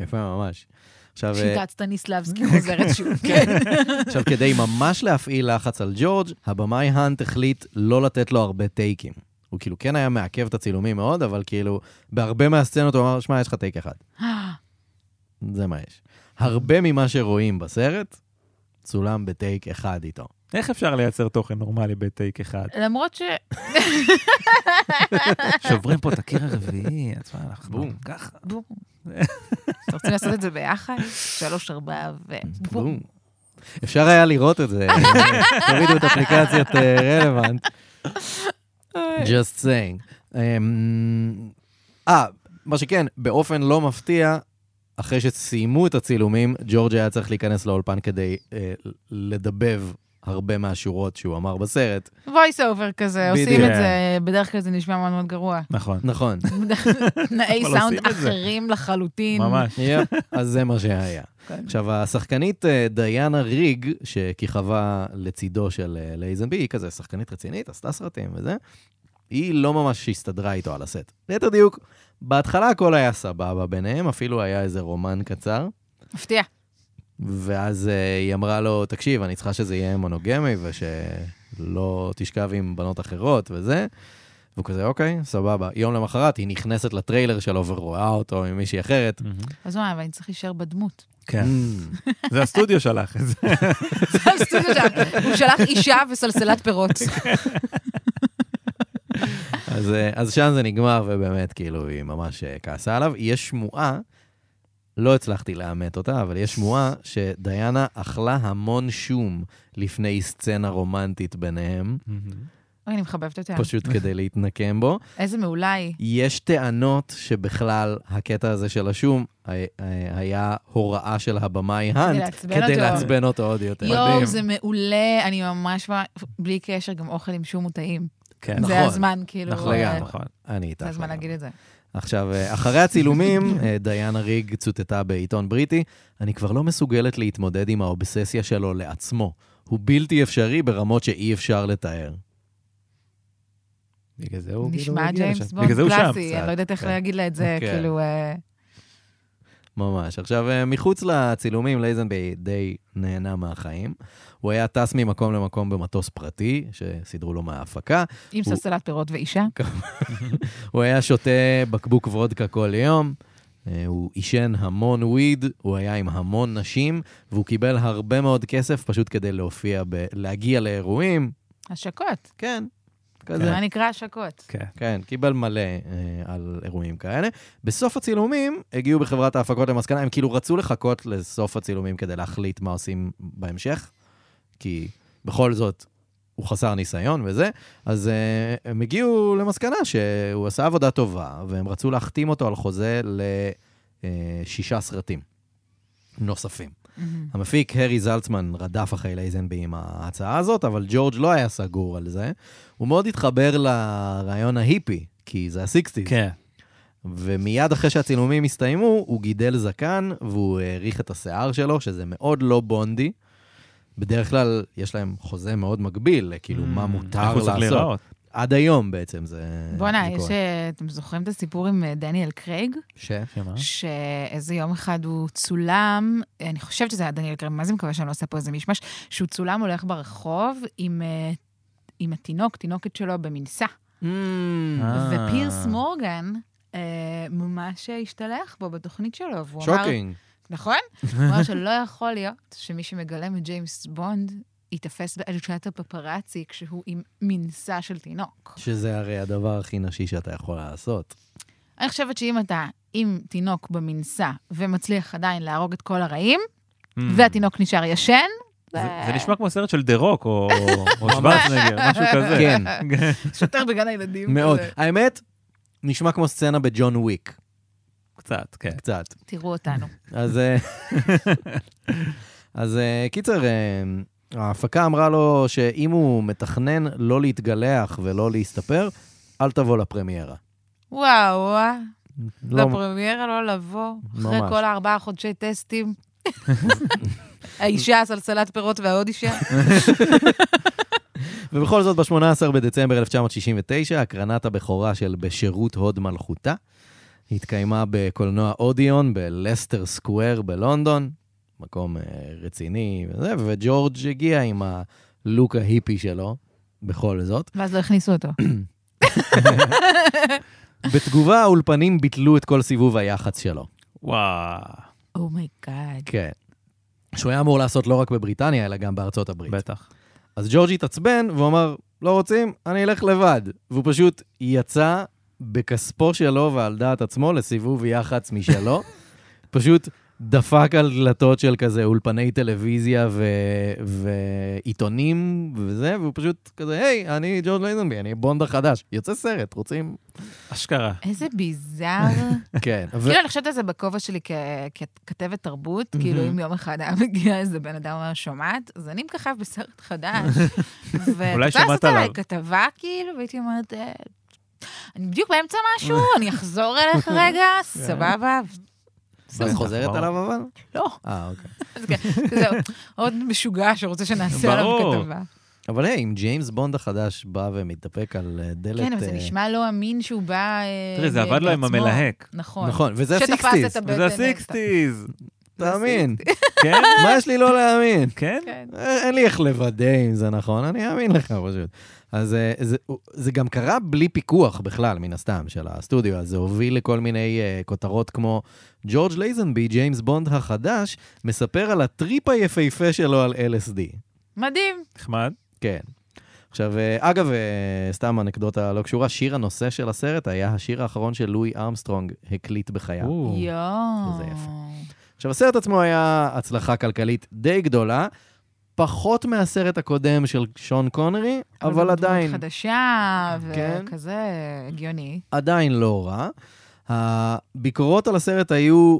יפה ממש. עכשיו... אה,
שיטת סטניסלבסקי חוזרת שוב. כן.
עכשיו, כדי ממש להפעיל לחץ על ג'ורג', הבמאי האנט החליט לא לתת לו הרבה טייקים. הוא כאילו כן היה מעכב את הצילומים מאוד, אבל כאילו, בהרבה מהסצנות הוא אמר, שמע, יש לך טייק אחד. זה מה יש. הרבה ממה שרואים בסרט, צולם בטייק אחד איתו.
איך אפשר לייצר תוכן נורמלי בטייק אחד?
למרות ש...
שוברים פה את הקיר הרביעי, אז מה, אנחנו
בום.
ככה.
בום. אתם רוצים לעשות את זה ביחד? שלוש, ארבע ו... בום.
בום. אפשר היה לראות את זה, תורידו את אפליקציית רלוונט. Just saying. אמ, אה, מה שכן, באופן לא מפתיע, אחרי שסיימו את הצילומים, ג'ורג' היה צריך להיכנס לאולפן כדי אה, לדבב הרבה מהשורות שהוא אמר בסרט.
וויס אובר כזה, עושים
בדיוק.
את זה,
כן.
בדרך כלל זה נשמע מאוד מאוד גרוע.
נכון,
נכון.
תנאי
אבל עושים
סאונד
את זה.
אחרים לחלוטין.
ממש.
יפ, אז זה מה שהיה.
כן.
עכשיו, השחקנית אה, דיינה ריג, שכיכבה לצידו של אה, לייזנבי, היא כזה שחקנית רצינית, עשתה סרטים וזה, היא לא ממש הסתדרה איתו על הסט. ליתר דיוק, בהתחלה הכל היה סבבה ביניהם, אפילו היה איזה רומן קצר,
מפתיע.
ואז אה, היא אמרה לו, תקשיב, אני צריכה שזה יהיה מונוגמי ושלא תשכב עם בנות אחרות וזה. והוא כזה, אוקיי, סבבה. יום למחרת היא נכנסת לטריילר שלו ורואה אותו עם מישהי אחרת. Mm.
אז מה, אבל אני צריך להישאר בדמות.
כן. זה הסטודיו שלח את זה.
זה הסטודיו שלך. הוא שלח אישה וסלסלת פירות.
אז, אה, אז שם זה נגמר, ובאמת, כאילו, היא ממש אה, כעסה עליו. יש שמועה, לא הצלחתי לאמת אותה, אבל יש שמועה שדיינה אכלה המון שום לפני סצנה רומנטית ביניהם,
אוי, אני מחבבת אותה.
פשוט כדי להתנקם בו.
איזה מעולה היא.
יש טענות שבכלל הקטע הזה של השום אה, אה, היה הוראה של הבמאי האנט,
לעצבן
כדי
אותו.
לעצבן אותו עוד יותר.
יואו, זה מעולה. אני ממש, בלי קשר, גם אוכל עם שום הוא טעים.
כן,
נכון.
זה הזמן, כאילו.
נכון,
אה,
לגמרי.
נכון.
אני איתך.
זה הזמן
לגמרי.
להגיד את זה.
עכשיו, אה, אחרי הצילומים, אה, דיאנה ריג צוטטה בעיתון בריטי, אני כבר לא מסוגלת להתמודד עם האובססיה שלו לעצמו. הוא בלתי אפשרי ברמות שאי אפשר לתאר.
בגלל זה הוא כאילו
נשמע
הגיע
ג'יימס
לשם.
בונד
בגלל זה הוא שם. אוקיי.
קלאסי,
קצת,
אני לא יודעת איך
כן.
להגיד לה את זה,
כן.
כאילו... אה,
ממש. עכשיו, אה, מחוץ לצילומים, לייזנבי די נהנה מהחיים. הוא היה טס ממקום למקום במטוס פרטי, שסידרו לו מההפקה.
עם
הוא-
סלסלת פירות ואישה.
הוא היה שותה בקבוק וודקה כל יום. אה, הוא עישן המון וויד, הוא היה עם המון נשים, והוא קיבל הרבה מאוד כסף פשוט כדי להופיע, ב- להגיע לאירועים,
השקות.
כן, כזה.
מה נקרא השקות?
כן.
כן, קיבל מלא אה, על אירועים כאלה. בסוף הצילומים הגיעו בחברת ההפקות למסקנה, הם כאילו רצו לחכות לסוף הצילומים כדי להחליט מה עושים בהמשך, כי בכל זאת הוא חסר ניסיון וזה, אז אה, הם הגיעו למסקנה שהוא עשה עבודה טובה, והם רצו להחתים אותו על חוזה לשישה סרטים נוספים.
אה,
מהמם.
המפיק הארי זלצמן רדף אחרי לייזנבי עם ההצעה הזאת, אבל ג'ורג' לא היה סגור על זה. הוא מאוד התחבר לרעיון ההיפי, כי זה הסיקסטיז.
כן.
ומיד אחרי שהצילומים הסתיימו, הוא גידל זקן והוא האריך את השיער שלו, שזה מאוד לא בונדי. בדרך כלל יש להם חוזה מאוד מגביל, כאילו מה
Mm.
מותר
Mm. איך הוא צריך
לעשות.
להיראות?
עד היום בעצם זה...
בואנה,
זה
יש...
קורה.
אה, אתם זוכרים את הסיפור עם אה, דניאל קרייג?
ש...
Mm.
שמה?
שאיזה יום אחד הוא צולם, אני חושבת שזה היה דניאל קרייג, מה זה מקווה שאני לא עושה פה איזה מישמש, שהוא צולם הולך ברחוב עם... אה, עם התינוק, תינוקת שלו במנסה.
אה.
ופירס מורגן אה, ממש השתלח בו בתוכנית שלו, והוא אמר...
שוקינג.
נכון? הוא אמר שלא יכול להיות שמי שמגלם את ג'יימס בונד ייתפס בעדשת הפפראצי כשהוא עם מנסה של תינוק.
שזה הרי הדבר הכי נשי שאתה יכול לעשות.
אני חושבת שאם אתה עם תינוק במנסה ומצליח עדיין להרוג את כל הרעים, והתינוק נשאר ישן,
Mm.
אה,
זה- זה נשמע כמו סרט של דה רוק או או שוורצנגר, משהו כזה.
כן.
שוטר בגן הילדים.
מאוד.
כאילו כזה.
האמת, נשמע כמו סצנה בג'ון וויק,
קצת, כן.
קצת.
תראו אותנו.
אז... אה, אז אה, קיצר, אה, ההפקה אמרה לו שאם הוא מתכנן לא להתגלח ולא להסתפר, אל תבוא לפרמיירה.
וואו, וואו,
לא,
לפרמיירה לא לבוא, אחרי
ממש.
כל הארבעה חודשי טסטים. האישה, סלסלת פירות והעוד אישה.
ובכל זאת, ב-18 בדצמבר 1969, הקרנת הבכורה של בשירות הוד מלכותה התקיימה בקולנוע אודיון בלסטר סקוואר בלונדון, מקום אה, רציני וזה, וג'ורג' הגיע עם הלוק ההיפי שלו, בכל זאת.
ואז לא הכניסו אותו.
בתגובה, האולפנים ביטלו את כל סיבוב היח"צ שלו.
וואו,
Oh אומייגאד.
כן. שהוא היה אמור לעשות לא רק בבריטניה, אלא גם בארצות הברית.
בטח.
אז ג'ורג' התעצבן, והוא אמר, לא רוצים, אני אלך לבד. והוא פשוט יצא בכספו שלו ועל דעת עצמו לסיבוב יח"צ משלו. פשוט דפק על דלתות של כזה אולפני טלוויזיה ו... ועיתונים וזה, והוא פשוט כזה, היי, אני ג'ורג' לייזנבי, אני בונד החדש. יוצא סרט, רוצים?
אשכרה.
איזה ביזאר.
כן. ו...
כאילו, אני חושבת על זה בכובע שלי כ- ככתבת תרבות, כאילו, אם יום אחד היה מגיע איזה בן אדם ואומר, שומעת? אז אני מככב בסרט חדש.
אולי
ואתה
שמעת
לעשות עליי
עליו.
כתבה, כאילו, והייתי אומרת, "אה, אני בדיוק באמצע משהו, אני אחזור אליך רגע,
כן.
סבבה.
לא,
ואת חוזרת עליו אבל?
לא,
אה, אוקיי.
אז כן, זה עוד משוגע שרוצה שנעשה עליו
ברור.
כתבה.
אבל היי, אם ג'יימס בונד החדש בא ומתדפק על אה, דלת...
כן, אבל זה
אה,
נשמע לא אמין שהוא בא אה,
תראי, זה עבד לו עם
בעצמו.
המלהק.
נכון.
נכון, וזה
שתפס
ה-60's,
את הבטן.
זה הסיקסטיז,
תאמין.
כן?
מה יש לי לא להאמין?
כן?
כן.
אה, אין לי איך לוודא אם זה נכון, אני אאמין לך פשוט. אז אה, זה, זה גם קרה בלי פיקוח בכלל, מן הסתם, של הסטודיו, אז זה הוביל לכל מיני uh, כותרות כמו ג'ורג' לייזנבי, ג'יימס בונד החדש, מספר על הטריפ היפהפה שלו על LSD.
מדהים.
נחמד.
כן. עכשיו, אה, אגב, אה, סתם אנקדוטה לא קשורה, שיר הנושא של הסרט היה השיר האחרון של לואי ארמסטרונג הקליט בחייו.
או.
יואו.
זה יפה. עכשיו, הסרט עצמו היה הצלחה כלכלית די גדולה, פחות מהסרט הקודם של שון קונרי, אבל,
גם דמות
עדיין,
חדשה,
כן.
וכזה הגיוני.
עדיין לא רע. הביקורות על הסרט היו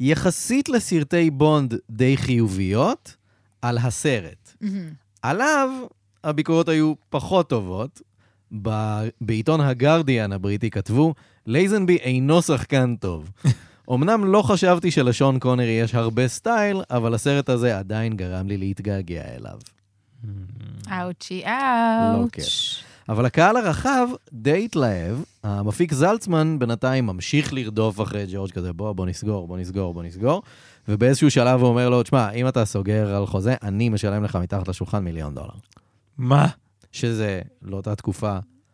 יחסית לסרטי בונד די חיוביות על הסרט.
מהמם.
עליו הביקורות היו פחות טובות. ב- בעיתון הגרדיאן הבריטי כתבו, לייזנבי אינו שחקן טוב. אמנם לא חשבתי שלשון קונרי יש הרבה סטייל, אבל הסרט הזה עדיין גרם לי להתגעגע אליו.
אאוצ'י
לא
אאוץ'.
כיף. אבל הקהל הרחב די התלהב. המפיק זלצמן בינתיים ממשיך לרדוף אחרי ג'ורג' כזה, בוא, בוא נסגור, בוא נסגור, בוא נסגור. ובאיזשהו שלב הוא אומר לו, תשמע, אם אתה סוגר על חוזה, אני משלם לך מתחת לשולחן מיליון דולר.
מה?
שזה לאותה תקופה,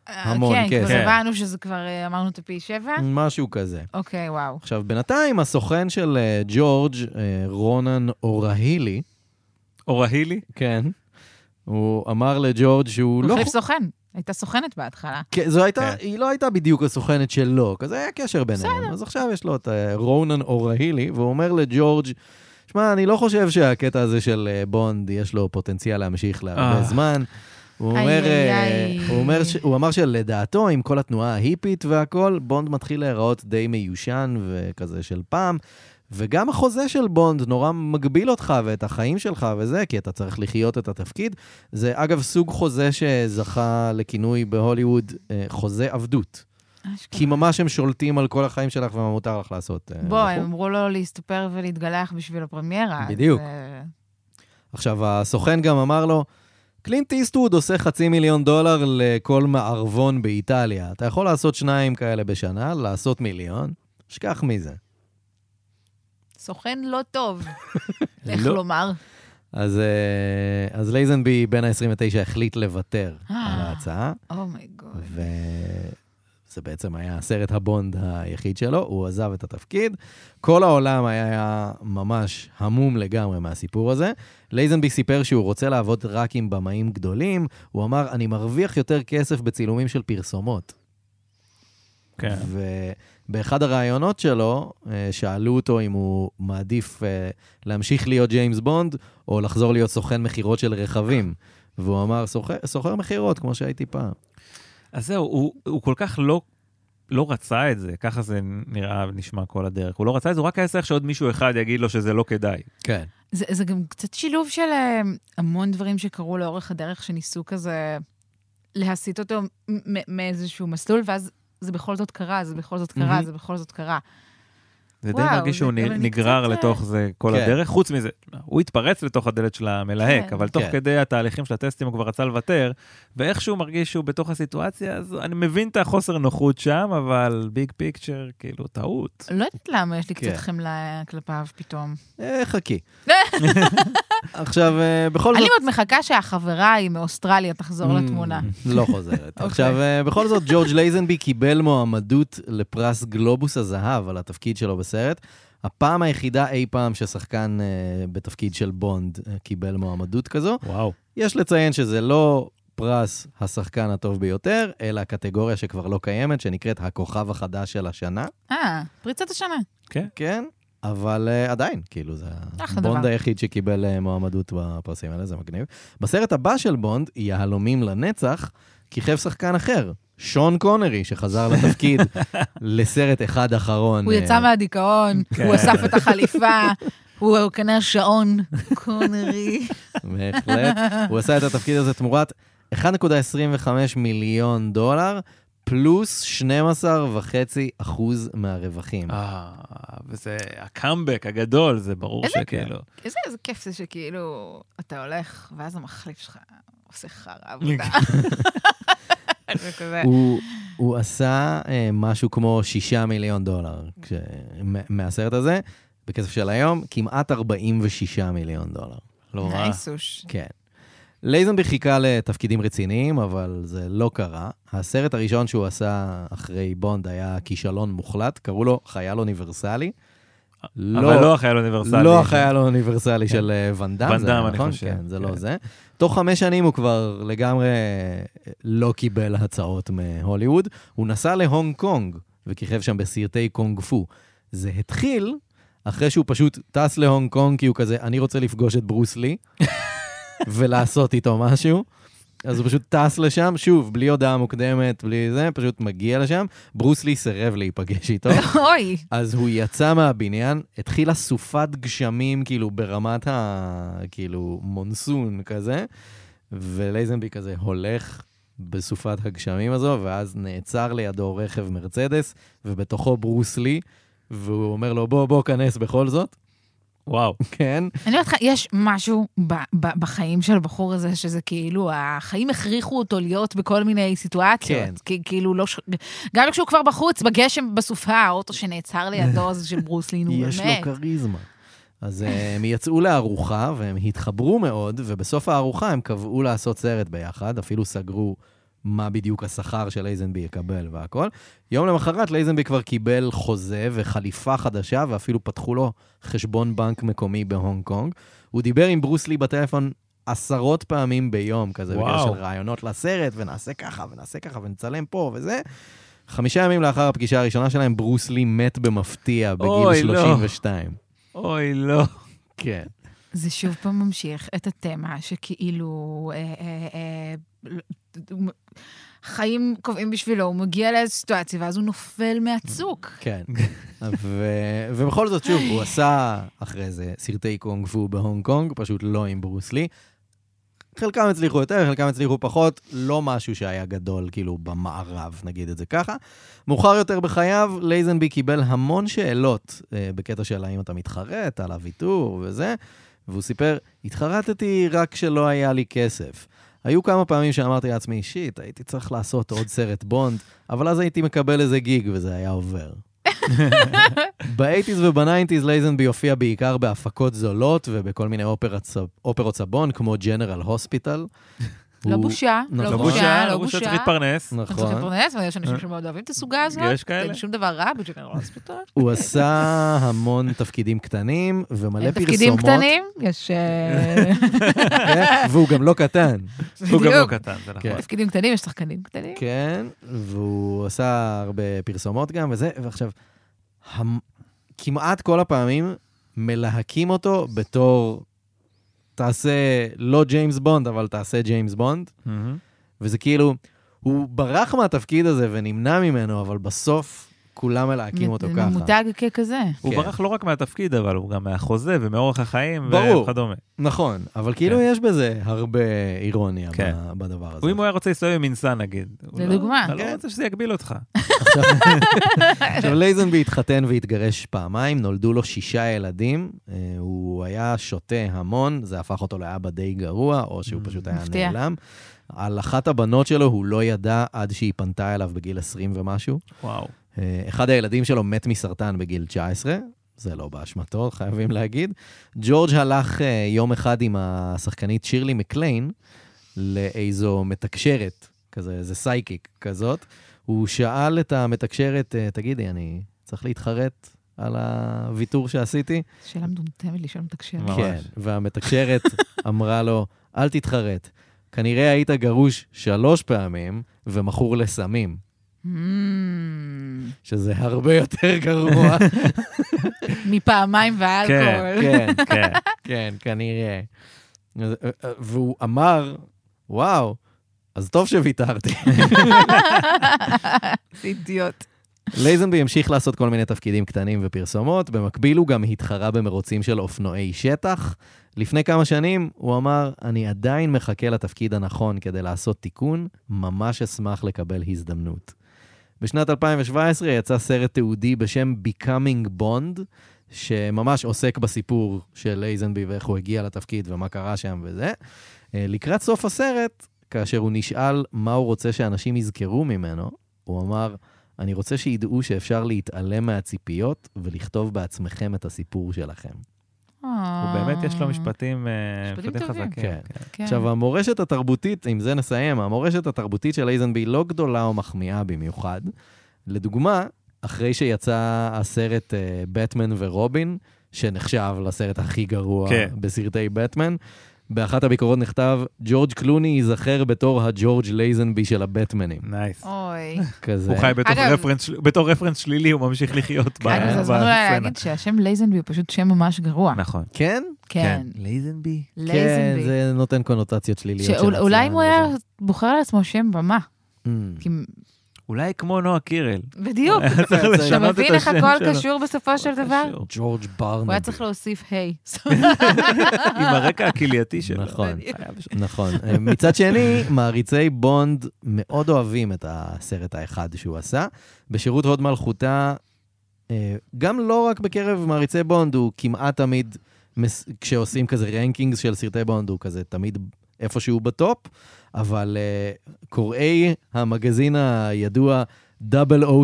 אה,
המון Mm.
כן,
כסף.
כבר
כן.
הבנו שזה כבר אה, אמרנו את הפי שבע.
משהו כזה.
אוקיי, וואו.
עכשיו, בינתיים הסוכן של אה, ג'ורג', אה, רונן אורהילי,
אורהילי?
כן, הוא אמר לג'ורג' שהוא
הוא
לא...
החליף סוכן. הייתה סוכנת בהתחלה.
כן, זו הייתה,
כן.
היא לא הייתה בדיוק הסוכנת שלו, כזה היה קשר ביניהם. אז עכשיו יש לו את אה, רונן אורהילי, והוא אומר לג'ורג', שמע, אני לא חושב שהקטע הזה של אה, בונד, יש לו פוטנציאל להמשיך להרבה
אה.
זמן. הוא
איי,
אומר, אה,
איי,
הוא אומר
איי.
ש- הוא אמר שלדעתו, עם כל התנועה ההיפית והכל, בונד מתחיל להיראות די מיושן וכזה של פעם. וגם החוזה של בונד נורא מגביל אותך ואת החיים שלך וזה, כי אתה צריך לחיות את התפקיד. זה אגב סוג חוזה שזכה לכינוי בהוליווד אה, חוזה עבדות.
אשכרה.
כי ממש הם שולטים על כל החיים שלך ומה מותר לך לעשות. אה,
בוא, הם
וכו'.
אמרו לו להסתפר ולהתגלח בשביל הפרמיירה. אז,
בדיוק.
אה,
עכשיו, הסוכן גם אמר לו, קלינט איסטווד עושה חצי מיליון דולר לכל מערבון באיטליה. אתה יכול לעשות שניים כאלה בשנה, לעשות מיליון, שכח מזה.
סוכן לא טוב, איך
לא.
לומר.
אז, אה, אז לייזנבי בן ה-29 החליט לוותר על
אה.
ההצעה.
אומייגוד.
וזה בעצם היה הסרט הבונד היחיד שלו, הוא עזב את התפקיד. כל העולם היה ממש המום לגמרי מהסיפור הזה. לייזנבי סיפר שהוא רוצה לעבוד רק עם במאים גדולים, הוא אמר, אני מרוויח יותר כסף בצילומים של פרסומות.
כן.
ובאחד הראיונות שלו, אה, שאלו אותו אם הוא מעדיף אה, להמשיך להיות ג'יימס בונד, או לחזור להיות סוכן מכירות של רכבים. והוא אמר, "סוחר- סוחר מכירות, כמו שהייתי פעם.
אז זהו, הוא, הוא כל כך לא, לא רצה את זה, ככה זה נראה ונשמע כל הדרך. הוא לא רצה את זה, הוא רק היה צריך שעוד מישהו אחד יגיד לו שזה לא כדאי.
כן.
זה, זה גם קצת שילוב של אה, המון דברים שקרו לאורך הדרך, שניסו כזה להסיט אותו מ- מ- מאיזשהו מסלול, ואז זה בכל זאת קרה, זה בכל זאת קרה,
מהמם.
זה בכל זאת קרה.
זה די
וואו,
מרגיש
זה-
שהוא
אבל
נ-
אני
נגרר
קצת, אה,
לתוך זה כל
כן.
הדרך, חוץ מזה, הוא התפרץ לתוך הדלת של המלהק,
כן.
אבל תוך
כן.
כדי התהליכים של הטסטים הוא כבר רצה לוותר, ואיכשהו מרגיש שהוא בתוך הסיטואציה, אז אני מבין את החוסר נוחות שם, אבל ביג פיקצ'ר, כאילו, טעות.
לא יודעת למה יש לי
כן.
קצת חמלה כלפיו פתאום.
אה, חכי. עכשיו, אה, בכל
אני
זאת...
עוד מחכה שהחברה היא מאוסטרליה תחזור
Mm,
לתמונה.
לא חוזרת.
אוקיי.
עכשיו, אה, בכל זאת, ג'ורג' לייזנבי קיבל מועמדות לפרס גלובוס הזהב על התפקיד שלו בסרט. הפעם היחידה אי פעם ששחקן אה, בתפקיד של בונד אה, קיבל מועמדות כזו.
וואו.
יש לציין שזה לא פרס השחקן הטוב ביותר, אלא קטגוריה שכבר לא קיימת, שנקראת הכוכב החדש של השנה,
אה, פריצת השנה.
כן? אבל uh, עדיין, כאילו, זה
אחלה
הבונד
דבר.
היחיד שקיבל uh, מועמדות בפרסים האלה, זה מגניב. בסרט הבא של בונד, יהלומים לנצח, כיכב שחקן אחר, שון קונרי, שחזר לתפקיד לסרט אחד אחרון.
הוא יצא
אה,
מהדיכאון,
כן.
הוא אסף את החליפה, הוא קנה שעון קונרי.
בהחלט. הוא עשה את התפקיד הזה תמורת 1.25 מיליון דולר, פלוס 12.5 אחוז מהרווחים.
אה, וזה הקאמבק הגדול, זה ברור
איזה-
כן.
שכאילו.
איזה איזה כיף זה שכאילו, אתה הולך, ואז המחליף שלך עושה חרא עבודה. וכזה,
הוא- הוא עשה אה, משהו כמו שישה מיליון דולר כש- מ- מהסרט הזה, בכסף של היום, כמעט 46 מיליון דולר. לא רע.
נייסוש.
כן. לייזנביך חיכה לתפקידים רציניים, אבל זה לא קרה. הסרט הראשון שהוא עשה אחרי בונד היה כישלון מוחלט, קראו לו חייל אוניברסלי.
אבל לא החייל האוניברסלי.
לא החייל האוניברסלי של אה, ואן דאם,
ואן
זה
דאם,
היה,
אני
נכון?
חושב,
כן, זה לא
כן.
זה. תוך חמש שנים הוא כבר לגמרי אה, לא קיבל הצעות מהוליווד. הוא נסע להונג קונג וכיכב שם בסרטי קונג פו. זה התחיל אחרי שהוא פשוט טס להונג קונג כי הוא כזה, אני רוצה לפגוש את ברוס לי ולעשות איתו משהו. אז הוא פשוט טס לשם, שוב, בלי הודעה מוקדמת, בלי זה, פשוט מגיע לשם. ברוס לי סירב להיפגש איתו.
אוי,
אז הוא יצא מהבניין, התחילה סופת גשמים, כאילו, ברמת ה... כאילו, מונסון כזה, ולייזנבי כזה הולך בסופת הגשמים הזו, ואז נעצר לידו רכב מרצדס, ובתוכו ברוס לי, והוא אומר לו, בוא, בוא, כנס בכל זאת,
וואו.
כן.
אני אומרת לך, יש משהו ב- ב- בחיים של הבחור הזה, שזה כאילו, החיים הכריחו אותו להיות בכל מיני סיטואציות.
כן.
כי כאילו, לא... ש- גם כשהוא כבר בחוץ, בגשם, בסופה, האוטו שנעצר לידו זה של ברוסלין, הוא
יש לו
באמת.
כריזמה. אז אה, הם יצאו לארוחה, והם התחברו מאוד, ובסוף הארוחה הם קבעו לעשות סרט ביחד, אפילו סגרו מה בדיוק השכר של אייזנבי יקבל והכל. יום למחרת לייזנבי כבר קיבל חוזה וחליפה חדשה, ואפילו פתחו לו חשבון בנק מקומי בהונג קונג. הוא דיבר עם ברוס לי בטלפון עשרות פעמים ביום, כזה, בגלל
וואו.
של רעיונות לסרט, ונעשה ככה, ונעשה ככה, ונצלם פה וזה. חמישה ימים לאחר הפגישה הראשונה שלהם, ברוס לי מת במפתיע
אוי,
בגיל
לא.
32.
אוי, לא.
כן.
זה שוב פעם ממשיך את התמה שכאילו... אה, אה, אה, לא- חיים קובעים בשבילו, הוא מגיע לאיזו סיטואציה, ואז הוא נופל מהצוק.
כן. ו... ובכל זאת, שוב, הוא עשה אחרי זה סרטי קונג פו בהונג קונג, פשוט לא עם ברוס לי. חלקם הצליחו יותר, חלקם הצליחו פחות, לא משהו שהיה גדול, כאילו, במערב, נגיד את זה ככה. מאוחר יותר בחייו, לייזנבי קיבל המון שאלות אה, בקטע של האם אתה מתחרט, על הוויתור וזה, והוא סיפר, התחרטתי רק כשלא היה לי כסף. היו כמה פעמים שאמרתי לעצמי, שיט, הייתי צריך לעשות עוד סרט בונד, אבל אז הייתי מקבל איזה גיג וזה היה עובר. באייטיז ובניינטיז לייזנבי הופיע בעיקר בהפקות זולות ובכל מיני אופרות סב- אופרות סבון, כמו ג'נרל הוספיטל.
לא בושה, לא
נכון.
בושה, לא בושה.
צריך להתפרנס.
אתה צריך
נכון.
להתפרנס, אבל יש אנשים שמאוד אוהבים את הסוגה הזאת.
יש כאלה.
אין שום דבר רע לא בג'נרל הוספיטל.
הוא עשה המון תפקידים קטנים ומלא
אין
פרסומות.
אה, תפקידים קטנים, יש... אה,
כן, והוא גם לא קטן.
הוא גם לא
בדיוק.
קטן, זה נכון.
כן.
תפקידים קטנים, יש שחקנים קטנים.
כן, והוא עשה הרבה פרסומות גם וזה, ועכשיו, המ... כמעט כל הפעמים מלהקים אותו בתור, תעשה לא ג'יימס בונד, אבל תעשה ג'יימס בונד,
מהמם.
וזה כאילו, הוא ברח מהתפקיד הזה ונמנע ממנו, אבל בסוף כולם מלהקים אותו
זה
ככה.
ממותג ככזה.
הוא
כן.
ברח לא רק מהתפקיד, אבל הוא גם מהחוזה ומאורח החיים
ברור.
וכדומה.
נכון, אבל כאילו יש בזה הרבה אירוניה
כן.
ב- בדבר הזה.
הוא אם הוא היה רוצה להסתובב עם אינסן נגיד. הוא לא-
לדוגמה.
אתה לא
כן.
רוצה שזה יגביל אותך.
עכשיו, לייזנבי התחתן והתגרש פעמיים, נולדו לו שישה ילדים. אה, הוא היה שותה המון, זה הפך אותו לאבא די גרוע, או שהוא פשוט היה
מפתיע.
נעלם. על אחת הבנות שלו הוא לא ידע עד שהיא פנתה אליו בגיל 20 ומשהו.
וואו.
אה, אחד הילדים שלו מת מסרטן בגיל 19, זה לא באשמתו, חייבים להגיד. ג'ורג' הלך אה, יום אחד עם השחקנית שירלי מקליין לאיזו מתקשרת, כזה, איזה סייקיק כזאת. הוא שאל את המתקשרת, אה, תגידי, אני צריך להתחרט על הוויתור שעשיתי?
שאלה מטומטמת לשאול מתקשר.
ממש.
כן. והמתקשרת אמרה לו, אל תתחרט. כנראה היית גרוש שלוש פעמים ומכור לסמים,
Mm, Hmm.
שזה הרבה יותר גרוע.
מפעמיים ואלכוהול.
כן.
כן.
כן, כנראה. אז, אה, אה, והוא אמר, וואו, אז טוב שוויתרתי.
זה אידיוט.
לייזנבי המשיך לעשות כל מיני תפקידים קטנים ופרסומות, במקביל הוא גם התחרה במרוצים של אופנועי שטח. לפני כמה שנים הוא אמר, אני עדיין מחכה לתפקיד הנכון כדי לעשות תיקון, ממש אשמח לקבל הזדמנות. בשנת 2017 יצא סרט תיעודי בשם Becoming Bond, שממש עוסק בסיפור של אייזנבי ואיך הוא הגיע לתפקיד ומה קרה שם וזה. אה, לקראת סוף הסרט, כאשר הוא נשאל מה הוא רוצה שאנשים יזכרו ממנו, הוא אמר, אני רוצה שידעו שאפשר להתעלם מהציפיות ולכתוב בעצמכם את הסיפור שלכם.
הוא באמת, יש לו משפטים אה,
משפטים
משפטים
טובים.
חזקים.
כן.
כן.
אה, כן.
עכשיו, המורשת התרבותית, עם זה נסיים, המורשת התרבותית של אייזנבי לא גדולה או מחמיאה במיוחד. לדוגמה, אחרי שיצא הסרט אה, בטמן ורובין, שנחשב לסרט הכי גרוע
כן.
בסרטי בטמן, באחת הביקורות נכתב, ג'ורג' קלוני ייזכר בתור הג'ורג' לייזנבי של הבטמנים.
נייס.
אוי.
כזה.
הוא חי בתוך
אגב- כן,
רפרנס של- בתור רפרנס שלילי, הוא ממשיך לחיות ב-
אגב, זה הזמן אולי
בסצנה.
להגיד שהשם לייזנבי הוא פשוט שם ממש גרוע.
נכון.
כן?
כן,
לייזנבי.
כן,
לייזנבי.
זה נותן קונוטציות שליליות. של
שאול- אולי אם הוא
עצמן
היה
וזה.
בוחר לעצמו שם במה.
Mm.
כי-
אולי כמו נועה קירל.
בדיוק.
היה צריך
אתה
לשנות את השם
אתה
שלו.
מבין איך הכל קשור בסופו של דבר?
קשור.
ג'ורג'
הוא היה
ברנבי.
צריך להוסיף היי.
עם הרקע הכלייתי שלו.
נכון.
חייב לשנות.
נכון. מצד שני, מעריצי בונד מאוד אוהבים את הסרט האחד שהוא עשה. בשירות הוד מלכותה, אה, גם לא רק בקרב מעריצי בונד, הוא כמעט תמיד, מס- כשעושים כזה רנקינגס של סרטי בונד, הוא כזה תמיד איפשהו בטופ, אבל אה, קוראי המגזין הידוע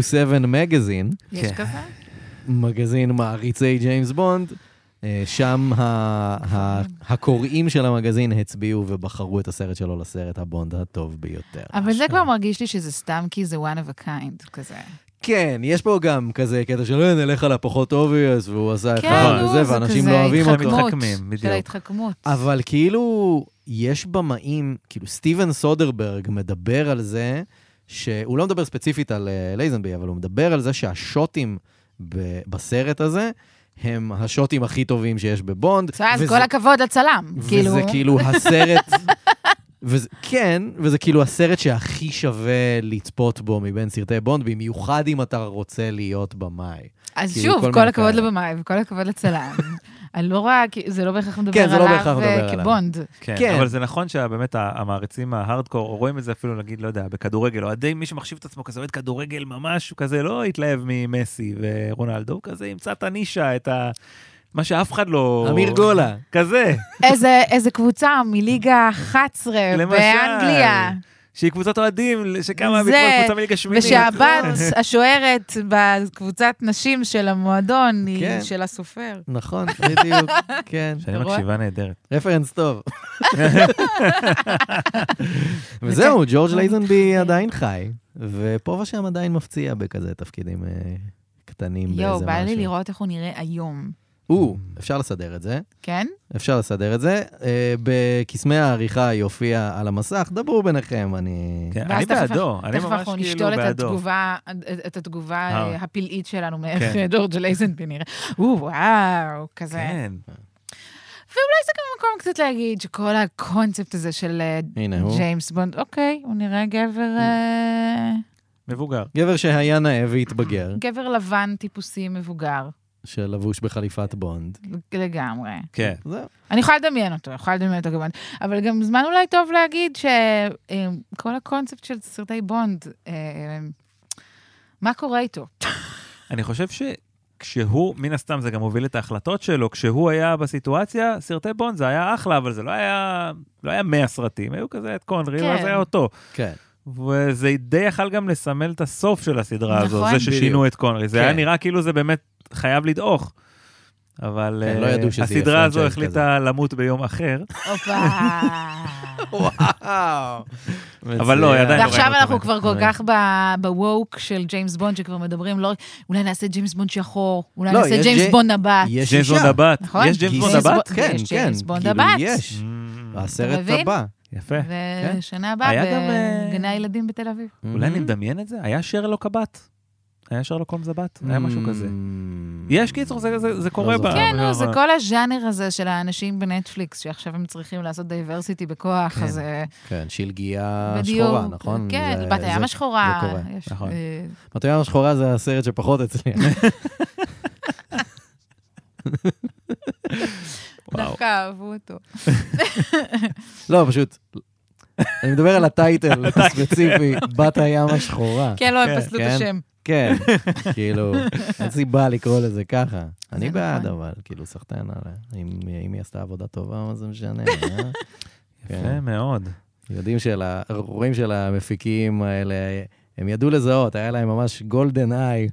007 מגזין,
יש
כן.
כזה?
מגזין מעריצי ג'יימס בונד. אה, שם ה- ה- הקוראים של המגזין הצביעו ובחרו את הסרט שלו לסרט הבונד הטוב ביותר.
אבל זה כבר מרגיש לי שזה סתם כי זה one of a kind כזה.
כן, יש פה גם כזה קטע של "אה, נלך על הפחות אובייס, והוא עשה
כן,
אחד
נו,
וזה,
זה
ואנשים
כזה
לא אוהבים
התחמק.
אותו.
התחכמות.
מתחכמים,
של
בדיוק.
ההתחכמות.
אבל כאילו, יש במאים, כאילו, סטיבן סודרברג מדבר על זה, שהוא לא מדבר ספציפית על אה, לייזנבי, אבל הוא מדבר על זה שהשוטים ב- בסרט הזה, הם השוטים הכי טובים שיש בבונד.
בסדר, אז
וזה-
כל הכבוד לצלם. כאילו,
וזה כאילו הסרט... וזה, כן, וזה כאילו הסרט שהכי שווה לצפות בו מבין סרטי בונד, במיוחד אם אתה רוצה להיות במאי.
אז
כאילו, כל
שוב, כל
מיני
הכבוד
כאלה.
לבמאי וכל הכבוד לצלם. אני לא רואה, כי- זה לא בהכרח מדבר
כן, זה לא בהכרח
עליו
מדבר
אה,
עליו.
כבונד.
כן.
כן, אבל זה נכון שבאמת ה- המעריצים ההארדקור, רואים את זה אפילו, נגיד, לא יודע, בכדורגל, אוהדי, מי שמחשיב את עצמו כזה אוהד כדורגל ממש, הוא כזה לא התלהב ממסי ורונלדו, הוא כזה ימצא את הנישה, את ה... מה שאף אחד לא...
אמיר גולה.
כזה,
איזה- איזה קבוצה מליגה 11
למשל.
באנגליה.
שהיא קבוצת אוהדים, שקמה
זה,
בעקבות קבוצה מליגה שמינית.
ושהבת השוערת בקבוצת נשים של המועדון
כן.
היא של הסופר.
נכון, בדיוק, כן.
שאני
אתה רואה?
מקשיבה נהדרת.
רפרנס טוב. וזהו,
אוקיי.
ג'ורג' לייזנבי עדיין חי, ופה ושם עדיין מפציע בכזה תפקידים אה, קטנים באיזה משהו.
יואו, בא לי לראות איך הוא נראה היום.
או, אפשר לסדר את זה.
כן?
אפשר לסדר את זה. אה, בקסמי העריכה יופיע על המסך, דברו ביניכם, אני...
כן,
ואז
אני
תכף-
בעדו, אני
תכף
ממש
אנחנו
כאילו
נשתול את
בעדו.
התגובה, את התגובה
אה.
אה, הפלאית שלנו מאיך
כן.
ג'ורג' לייזנבי נראה. או, וואו, כזה.
כן,
ואולי זה גם המקום קצת להגיד שכל הקונספט הזה של אה,
כן.
הנה הוא.
ג'יימס בונד, אוקיי, הוא נראה גבר... אה,
מבוגר.
גבר שהיה נאה והתבגר,
גבר לבן טיפוסי מבוגר,
שלבוש בחליפת בונד.
לגמרי.
כן.
זהו.
אני יכולה לדמיין אותו, יכולה לדמיין אותו כמובן. אבל גם זמן אולי טוב להגיד שכל הקונספט של סרטי בונד, אה, מה קורה איתו?
אני חושב שכשהוא, מן הסתם זה גם הוביל את ההחלטות שלו, כשהוא היה בסיטואציה, סרטי בונד זה היה אחלה, אבל זה לא היה, לא היה 100 סרטים, היו כזה את קונרי,
כן.
ואז היה אותו.
כן.
וזה די יכל גם לסמל את הסוף של הסדרה הזו,
נכון.
זה ששינו את קונרי. זה
כן.
היה נראה כאילו זה באמת חייב לדעוך. אבל
כן, לא
אה,
ידעו שזה יהיה
הסדרה הזו
פרנצ'ייז
החליטה למות ביום אחר,
הופה.
וואו.
אבל לא, היא עדיין לא
ועכשיו
ראינו
אנחנו
אותו
כבר כל
באמת.
כך ב- בווק של ג'יימס בונד, שכבר מדברים, לא, אולי נעשה ג'יימס בונד שחור, אולי
לא,
נעשה
יש
ג'יימס
ג'י-
בונד נבט.
יש
ג'יימס
אישה.
בונד הבת,
נכון.
יש ג'יימס
גייס
בונד
גיימס
הבת? Mm.
בונד,
כן,
יש
כן.
ג'יימס בונד
כאילו,
הבת.
יש. הסרט
מבין?
הבא.
יפה.
ושנה הבאה
כן. היה גם, אה,
בגני הילדים בתל אביב.
אולי
Mm-hmm.
אני מדמיין את זה? היה שרלוק הבת. היה שרלוק הולמס הבת, היה משהו כזה.
Mm.
יש קיצור, זה- זה- זה קורה
Mm-hmm. לא זוכר.
ב...
כן, נו, זה כל הז'אנר הזה של האנשים בנטפליקס, שעכשיו הם צריכים לעשות דייברסיטי בכוח,
כן.
אז אה,
כן, שלגיה
בדיוק.
שחורה, נכון?
כן,
זה-
בת
זה-
הים השחורה.
זה קורה,
יש,
נכון.
אה,
בת הים השחורה זה הסרט שפחות אצלי.
וואו.
אה,
דווקא אהבו אותו.
לא, פשוט, אני מדבר על הטייטל הספציפי, בת הים השחורה.
כן, לא,
כן,
הם פסלו את
כן.
השם.
כן, כאילו, אין סיבה לקרוא לזה ככה. אני
נכון.
בעד, אבל, כאילו, סחטיין עליה. אם אם היא עשתה עבודה טובה, מה זה משנה? אה? כן,
יפה מאוד.
יודעים של ה... רואים של המפיקים האלה, הם ידעו לזהות, היה להם ממש גולדן איי.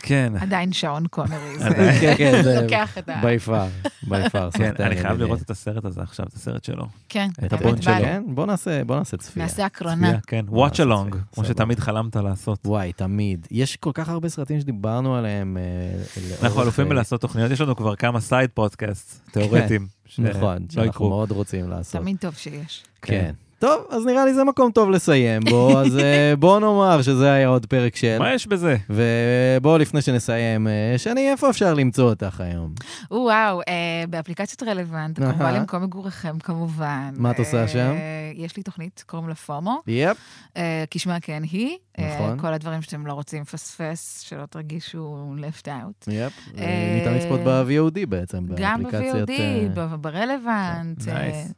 כן.
עדיין שעון קונרי. זה-
עדיין.
כן, כן, זה
לוקח את ה...
בי פאר, בי פאר,
כן, אני חייב לראות את הסרט הזה עכשיו, את הסרט שלו.
כן,
את
באמת
הבונד
בא
שלו.
לי.
כן, בוא נעשה, בוא נעשה צפייה.
נעשה הקרנה.
צפייה, כן,
בוא
Watch
נעשה
Along,
צפייה,
כמו
סבבה.
שתמיד חלמת לעשות.
וואי, תמיד. יש כל כך הרבה סרטים שדיברנו עליהם. אה, לאורך,
אנחנו אלופים
אה,
בלעשות תוכניות, יש לנו כבר כמה סייד פודקאסט תיאורטיים. ש-
נכון,
לא
שאנחנו
יקרו.
מאוד רוצים לעשות.
תמיד טוב שיש.
כן. טוב, אז נראה לי זה מקום טוב לסיים בו, אז אה, בוא נאמר שזה היה עוד פרק של...
מה יש בזה?
ובואו, לפני שנסיים, אה, שני, איפה אפשר למצוא אותך היום?
וואו, אה, באפליקציות רלוונט,
אהה.
כמובן למקום מגוריכם, כמובן.
מה את עושה
אה,
שם?
יש לי תוכנית, קוראים לה פומו,
יפ.
אה, כשמה כן היא. אה,
נכון.
כל הדברים שאתם לא רוצים לפספס, שלא תרגישו left out.
יפ,
אה,
ניתן לצפות ב-VOD בעצם,
גם
באפליקציות...
ב-VOD,
אה, כן,
ב- אה, ברלוונט.
נייס.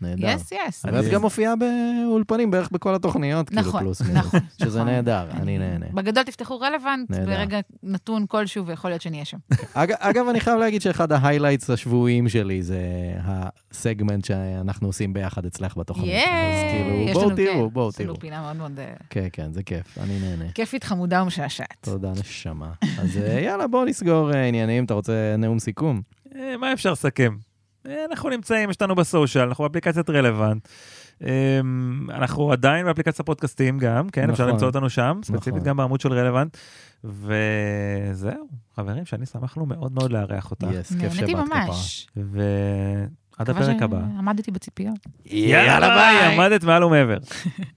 נהדר.
יס, יס.
ואת גם מופיעה באולפנים בערך בכל התוכניות, כאילו
נכון,
פלוס מינוס.
נכון.
שזה
נכון.
נהדר, אני נהנה.
בגדול תפתחו רלוונט,
נהדר.
ברגע נתון כלשהו, ויכול להיות שנהיה שם.
אג, אגב, אני חייב להגיד שאחד ההיילייטס השבועיים שלי זה הסגמנט שאנחנו עושים ביחד אצלך בתוכנית. נכון. אז
ייי!
כאילו,
יש
בואו
לנו, כן,
תראו, בואו
יש לנו כן.
תראו.
פינה מאוד מאוד אה,
כן, כן, זה כיף, אני נהנה.
כיפית, חמודה ומשעשעת.
תודה, נשמה. אז אה, יאללה, בואו נסגור אה, עניינים. אתה רוצה נאום סיכום?
אה, מה אפשר לסכם? אה, אנחנו נמצאים, יש לנו בסושיאל, אנחנו באפליקציית רלוונט. אה, אנחנו עדיין באפליקציית הפודקאסטים גם, כן, אפשר
נכון.
למצוא אותנו שם,
נכון.
ספציפית גם בעמוד של רלוונט. וזהו, חברים, שאני שמחנו מאוד מאוד לארח אותך.
יס, כיף שבאת
נהניתי
כפרה.
ממש.
ועד
מקווה
הפרק הבא.
שעמדתי בציפיות.
יאללה ביי, עמדת מעל ומעבר.